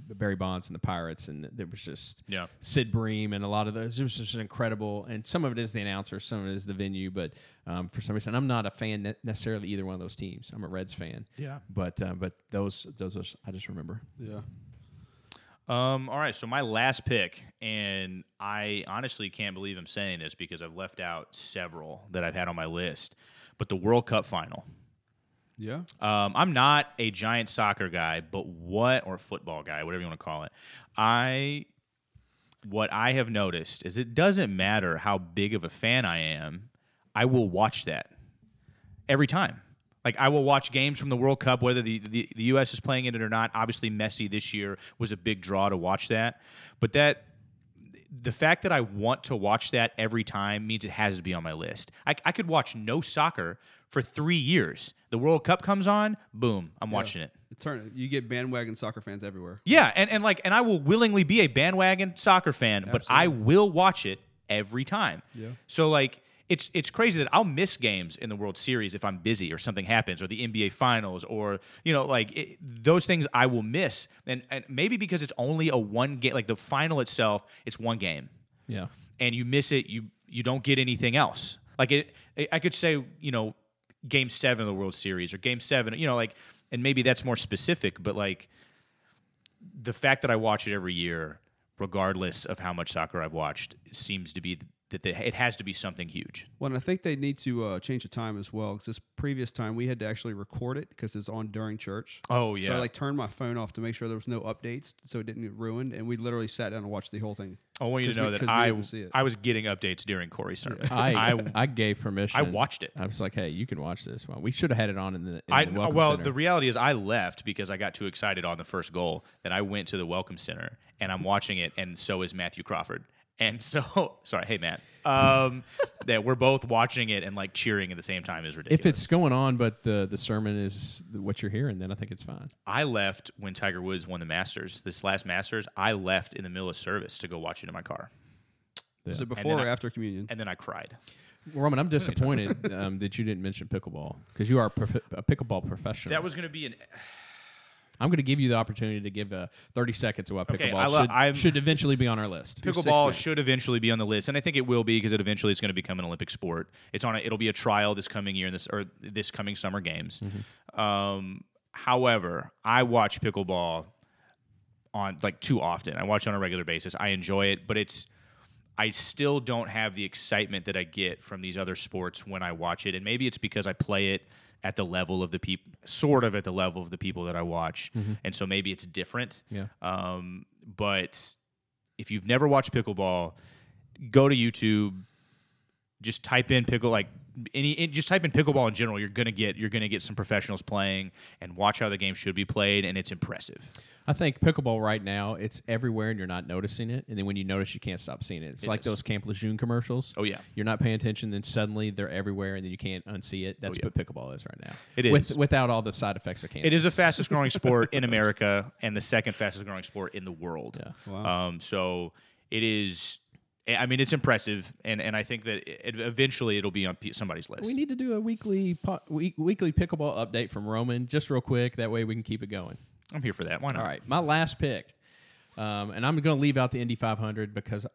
Speaker 2: the Barry Bonds and the Pirates and there was just
Speaker 1: Yeah.
Speaker 2: Sid Bream and a lot of those. It was just incredible. And some of it is the announcer, some of it is the venue. But um, for some reason, I'm not a fan ne- necessarily either one of those teams. I'm a Reds fan.
Speaker 1: Yeah.
Speaker 2: But uh, but those those are, I just remember.
Speaker 3: Yeah.
Speaker 1: Um, all right, so my last pick, and I honestly can't believe I'm saying this because I've left out several that I've had on my list, but the World Cup final.
Speaker 3: Yeah.
Speaker 1: Um, I'm not a giant soccer guy, but what, or football guy, whatever you want to call it. I, what I have noticed is it doesn't matter how big of a fan I am, I will watch that every time. Like I will watch games from the World Cup, whether the, the, the U.S. is playing in it or not. Obviously, Messi this year was a big draw to watch that. But that the fact that I want to watch that every time means it has to be on my list. I, I could watch no soccer for three years. The World Cup comes on, boom, I'm watching it.
Speaker 3: It turn, you get bandwagon soccer fans everywhere.
Speaker 1: Yeah, and, and like and I will willingly be a bandwagon soccer fan, but I will watch it every time. Yeah. So like it's it's crazy that I'll miss games in the World Series if I'm busy or something happens or the NBA finals or you know like it, those things I will miss and and maybe because it's only a one game like the final itself it's one game
Speaker 2: Yeah.
Speaker 1: and you miss it, you you don't get anything else. Like it, I could say, you know, Game Seven of the World Series or Game Seven, you know, like, and maybe that's more specific, but like the fact that I watch it every year, regardless of how much soccer I've watched, seems to be th- that the, it has to be something huge.
Speaker 3: Well, and I think they need to uh, change the time as well because this previous time we had to actually record it because it's on during church.
Speaker 1: Oh
Speaker 3: So I like turned my phone off to make sure there was no updates, so it didn't get ruined. And we literally sat down and watched the whole thing.
Speaker 1: I want you to
Speaker 3: 'cause we-
Speaker 1: know
Speaker 3: 'cause
Speaker 1: that
Speaker 3: we
Speaker 1: I
Speaker 3: didn't see it.
Speaker 1: I was getting updates during Corey's sermon.
Speaker 2: I,
Speaker 1: *laughs* I
Speaker 2: I gave permission.
Speaker 1: I watched it.
Speaker 2: I was like, hey, you can watch this one. We should have had it on in the, in
Speaker 1: I
Speaker 2: the welcome
Speaker 1: well,
Speaker 2: center.
Speaker 1: the reality is I left because I got too excited on the first goal that I went to the welcome center and I'm watching it, and so is Matthew Crawford. And *laughs* so, sorry, hey Matt,
Speaker 2: *laughs*
Speaker 1: um, that we're both watching it and like cheering at the same time is ridiculous.
Speaker 2: if it's going on, but the the sermon is what you're hearing, then I think it's fine.
Speaker 1: I left when Tiger Woods won the Masters, this last Masters, I left in the middle of service to go watch it in my car,
Speaker 3: Was
Speaker 2: Yeah.
Speaker 3: it before or
Speaker 1: I-
Speaker 3: after communion?
Speaker 1: and then I cried.
Speaker 2: Well, Roman, I'm disappointed um, that you didn't mention pickleball because you are a, prof- a pickleball professional.
Speaker 1: That was going to be an
Speaker 2: I'm going to give you the opportunity to give uh, 30 seconds of why
Speaker 1: Okay,
Speaker 2: pickleball
Speaker 1: I love-
Speaker 2: should,
Speaker 1: I'm-
Speaker 2: should eventually be on our list.
Speaker 3: six
Speaker 1: pickleball
Speaker 3: man.
Speaker 1: should eventually be on the list, and I think it will be because it eventually is going to become an Olympic sport. It's on. A, it'll be a trial this coming year, in this or this coming summer games. Um, however, I watch pickleball on like too often. I watch it on a regular basis. I enjoy it, but it's I still don't have the excitement that I get from these other sports when I watch it, and maybe it's because I play it at the level of the people, sort of at the level of the people that I watch, and so maybe it's different.
Speaker 2: Yeah.
Speaker 1: Um, but if you've never watched pickleball, go to YouTube. Just type in pickle like any. it- Just type in pickleball in general. You're gonna get you're gonna get some professionals playing and watch how the game should be played, and it's impressive.
Speaker 2: I think pickleball right now, it's everywhere and you're not noticing it. And then when you notice, you can't stop seeing it. It's like
Speaker 1: is.
Speaker 2: those Camp Lejeune commercials.
Speaker 1: Oh, yeah.
Speaker 2: You're not paying attention, then suddenly they're everywhere and then you can't unsee it. That's what pickleball is right now.
Speaker 1: Oh, It
Speaker 2: With,
Speaker 1: is.
Speaker 2: without all the side effects of cancer.
Speaker 1: It is the fastest growing sport in America and the second fastest growing sport in the world. Um, so it is. I mean, it's impressive, and, and I think that it, eventually it'll be on pe- somebody's list.
Speaker 2: We need to do a weekly po- week, weekly pickleball update from Roman, just real quick. That way we can keep it going.
Speaker 1: I'm here for that. Why not?
Speaker 2: All right, my last pick, um, and I'm going to leave out the Indy 500 because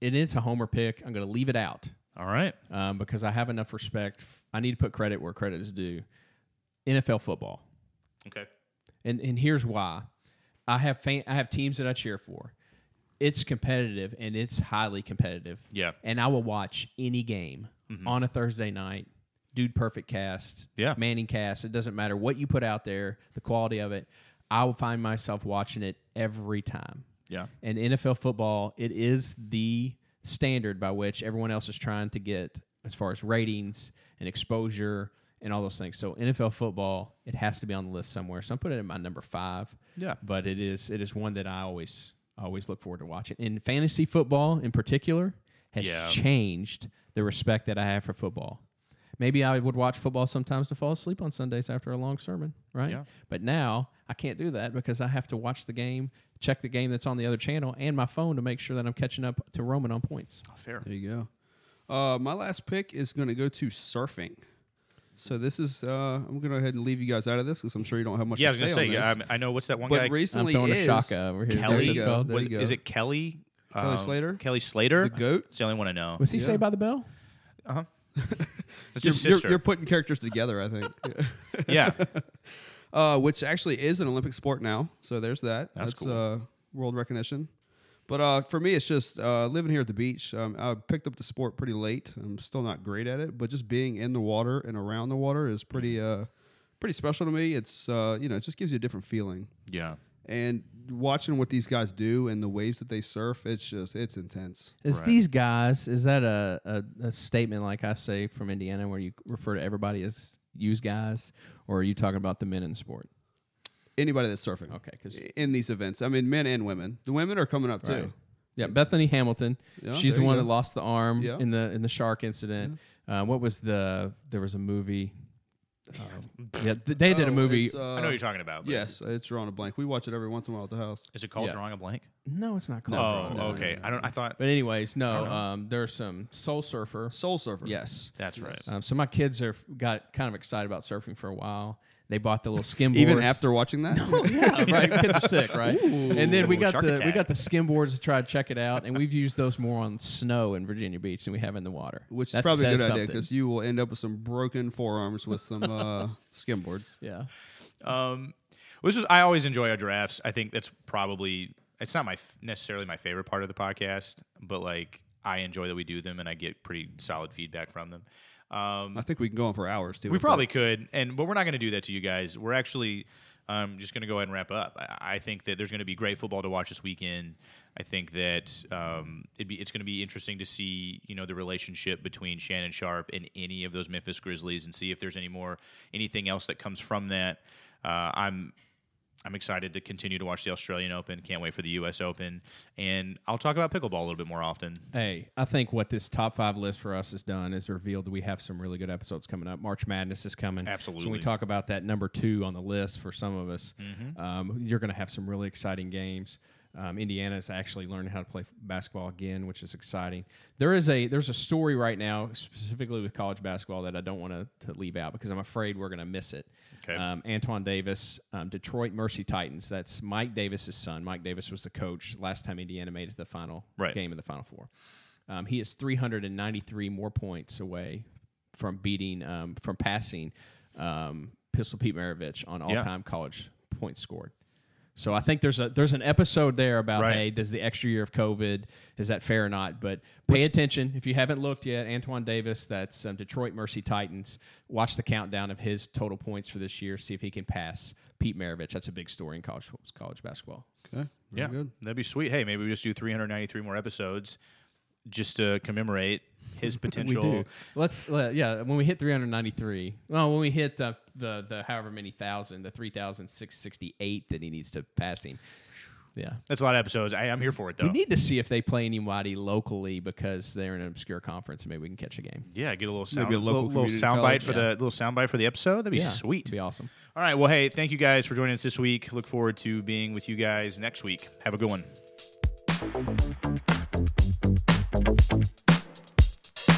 Speaker 2: it is a homer pick. I'm going to leave it out
Speaker 1: All right.
Speaker 2: um, because I have enough respect. I need to put credit where credit is due. NFL football,
Speaker 1: Okay.
Speaker 2: and and here's why. I have fan, I have teams that I cheer for. It's competitive and it's highly competitive.
Speaker 1: Yeah. Mm-hmm.
Speaker 2: And I will watch any game on a Thursday night. Dude, perfect cast.
Speaker 1: Yeah.
Speaker 2: Manning cast. It doesn't matter what you put out there, the quality of it. I will find myself watching it every time
Speaker 1: Yeah.
Speaker 2: and NFL football, it is the standard by which everyone else is trying to get as far as ratings and exposure and all those things. So NFL football, it has to be on the list somewhere. So I'm putting it at my number five.
Speaker 1: Yeah.
Speaker 2: But it is it is one that I always always look forward to watching. And fantasy football in particular has
Speaker 1: Yeah.
Speaker 2: changed the respect that I have for football. Maybe I would watch football sometimes to fall asleep on Sundays after a long sermon, right?
Speaker 1: Yeah.
Speaker 2: But now I can't do that because I have to watch the game, check the game that's on the other channel, and my phone to make sure that I'm catching up to Roman on points.
Speaker 1: Fair.
Speaker 3: There you go. Uh, my last pick is going to go to surfing. So this is uh, I'm going to go ahead and leave you guys out of this because I'm sure you don't have much.
Speaker 1: Yeah, I
Speaker 3: to
Speaker 1: was gonna
Speaker 3: say
Speaker 1: say.
Speaker 3: on
Speaker 1: Yeah,
Speaker 3: this.
Speaker 1: I, I know what's that one guy.
Speaker 3: but
Speaker 2: I'm
Speaker 3: recently
Speaker 2: throwing a
Speaker 3: is
Speaker 2: shock over here. Is that what
Speaker 1: Kelly-
Speaker 2: it's called?
Speaker 3: There
Speaker 1: was-
Speaker 3: you go.
Speaker 1: is it Kelly? um,
Speaker 3: Kelly Slater?
Speaker 1: Kelly Slater.
Speaker 3: The goat?
Speaker 1: It's the only one I know.
Speaker 2: Was he
Speaker 3: Yeah.
Speaker 2: saved by the bell?
Speaker 1: Uh
Speaker 3: Uh-huh.
Speaker 1: huh. That's
Speaker 3: you're,
Speaker 1: his
Speaker 3: you're-
Speaker 1: sister.
Speaker 3: you're putting characters together,
Speaker 1: *laughs*
Speaker 3: I think.
Speaker 1: yeah.
Speaker 3: uh, which actually is an Olympic sport now. So there's that.
Speaker 1: That's cool.
Speaker 3: uh, world recognition. But uh, for me, it's just uh, living here at the beach. Um, I picked up the sport pretty late. I'm still not great at it, but just being in the water and around the water is pretty,
Speaker 1: Mm-hmm.
Speaker 3: uh, pretty special to me. It's uh, you know, it just gives you a different feeling.
Speaker 1: Yeah.
Speaker 3: And watching what these guys do and the waves that they surf, it's just it's intense.
Speaker 2: Is
Speaker 1: Right.
Speaker 2: these guys? Is that a, a, a statement like I say from Indiana, where you refer to everybody as "use guys," or are you talking about the men in the sport?
Speaker 3: Anybody that's surfing,
Speaker 2: Okay, because
Speaker 3: in these events, I mean, men and women. The women are coming up
Speaker 2: Right.
Speaker 3: too.
Speaker 2: yeah, Bethany Hamilton,
Speaker 3: Yeah,
Speaker 2: she's
Speaker 3: there
Speaker 2: the
Speaker 3: you
Speaker 2: one
Speaker 3: go.
Speaker 2: that lost the arm
Speaker 3: Yeah.
Speaker 2: in the in the shark incident. Uh, what was the? There was a movie.
Speaker 3: *laughs*
Speaker 2: Um, yeah, th- they did a
Speaker 3: Oh,
Speaker 2: movie.
Speaker 3: it's, uh,
Speaker 1: I know what you're talking about. but
Speaker 3: Yes, it's drawing a blank. We watch it every once in a while at the house.
Speaker 1: Is it called
Speaker 2: Yeah.
Speaker 1: drawing a blank?
Speaker 2: no, it's not called.
Speaker 1: oh,
Speaker 2: Ron, no,
Speaker 1: okay.
Speaker 2: no, no.
Speaker 1: I don't. I thought.
Speaker 2: But anyways, no.
Speaker 1: know.
Speaker 2: Um, there's some Soul Surfer.
Speaker 3: Soul Surfer.
Speaker 2: Yes.
Speaker 1: That's right.
Speaker 2: Um, so my kids are got kind of excited about surfing for a while. They bought
Speaker 3: *laughs*
Speaker 2: the little skim
Speaker 3: Even
Speaker 2: boards.
Speaker 3: after watching that,
Speaker 2: yeah, *laughs* right. Kids are sick, right? and then we got
Speaker 1: shark
Speaker 2: the we
Speaker 1: attack.
Speaker 2: got the skim boards to try to check it out, and we've used those more on snow in Virginia Beach than we have in the water,
Speaker 3: *laughs* which is
Speaker 2: That
Speaker 3: probably a good
Speaker 2: says
Speaker 3: idea
Speaker 2: something.
Speaker 3: because you will end up with some broken forearms with some
Speaker 2: *laughs*
Speaker 3: uh, skimboards.
Speaker 2: yeah,
Speaker 1: Um, well, this is I always enjoy our drafts. I think that's probably it's not my f- necessarily my favorite part of the podcast, but like I enjoy that we do them and I get pretty solid feedback from them. Um,
Speaker 3: I think we can go on for hours too.
Speaker 1: we
Speaker 3: with that.
Speaker 1: probably could, and but we're not going to do that to you guys. We're actually um, just going to go ahead and wrap up. I, I think that there's going to be great football to watch this weekend. I think that um, it'd be it's going to be interesting to see you know the relationship between Shannon Sharp and any of those Memphis Grizzlies, and see if there's any more anything else that comes from that. Uh, I'm I'm excited to continue to watch the Australian Open. Can't wait for the U.S. Open, and I'll talk about pickleball a little bit more often.
Speaker 2: Hey, I think what this top five list for us has done is revealed that we have some really good episodes coming up. March Madness is coming. So when
Speaker 1: Absolutely.
Speaker 2: we talk about that number two on the list for some of us,
Speaker 1: Mm-hmm.
Speaker 2: um, you're going to have some really exciting games. Um, Indiana is actually learning how to play basketball again, which is exciting. There is a there's a story right now specifically with college basketball that I don't want to, to leave out because I'm afraid we're going to miss it.
Speaker 1: Okay.
Speaker 2: Um, Antoine Davis, um, Detroit Mercy Titans. That's Mike Davis's son. Mike Davis was the coach last time Indiana made it to the final
Speaker 1: Right.
Speaker 2: game in the Final Four. Um, he is 393 more points away from beating, um, from passing um, Pistol Pete Maravich on all-time college points scored. So I think there's a there's an episode there about
Speaker 1: Right.
Speaker 2: hey, does the extra year of COVID is that fair or not? But pay attention if you haven't looked yet. Antoine Davis, that's um, Detroit Mercy Titans. Watch the countdown of his total points for this year. See if he can pass Pete Maravich. That's a big story in college college basketball.
Speaker 3: Okay.
Speaker 1: Yeah,
Speaker 3: Very Good.
Speaker 1: that'd be sweet. Hey, maybe we just do 393 more episodes just to commemorate his
Speaker 2: We
Speaker 1: potential.
Speaker 2: do. Let's let- yeah. When we hit 393, well, when we hit the the, the however many thousand, the 3,668 that he needs to pass him. Yeah,
Speaker 1: That's a lot of episodes. I, I'm here for it though.
Speaker 2: we need to see if they play anybody locally because they're in an obscure conference. and Maybe we can catch a game.
Speaker 1: yeah, get a little sound,
Speaker 3: Maybe a local
Speaker 1: little, little
Speaker 3: community
Speaker 1: sound bite
Speaker 3: college,
Speaker 1: for
Speaker 2: yeah.
Speaker 1: the little sound bite for the episode. That'd be sweet.
Speaker 2: Be awesome.
Speaker 1: All right. Well, hey, thank you guys for joining us this week. Look forward to being with you guys next week. Have a good one.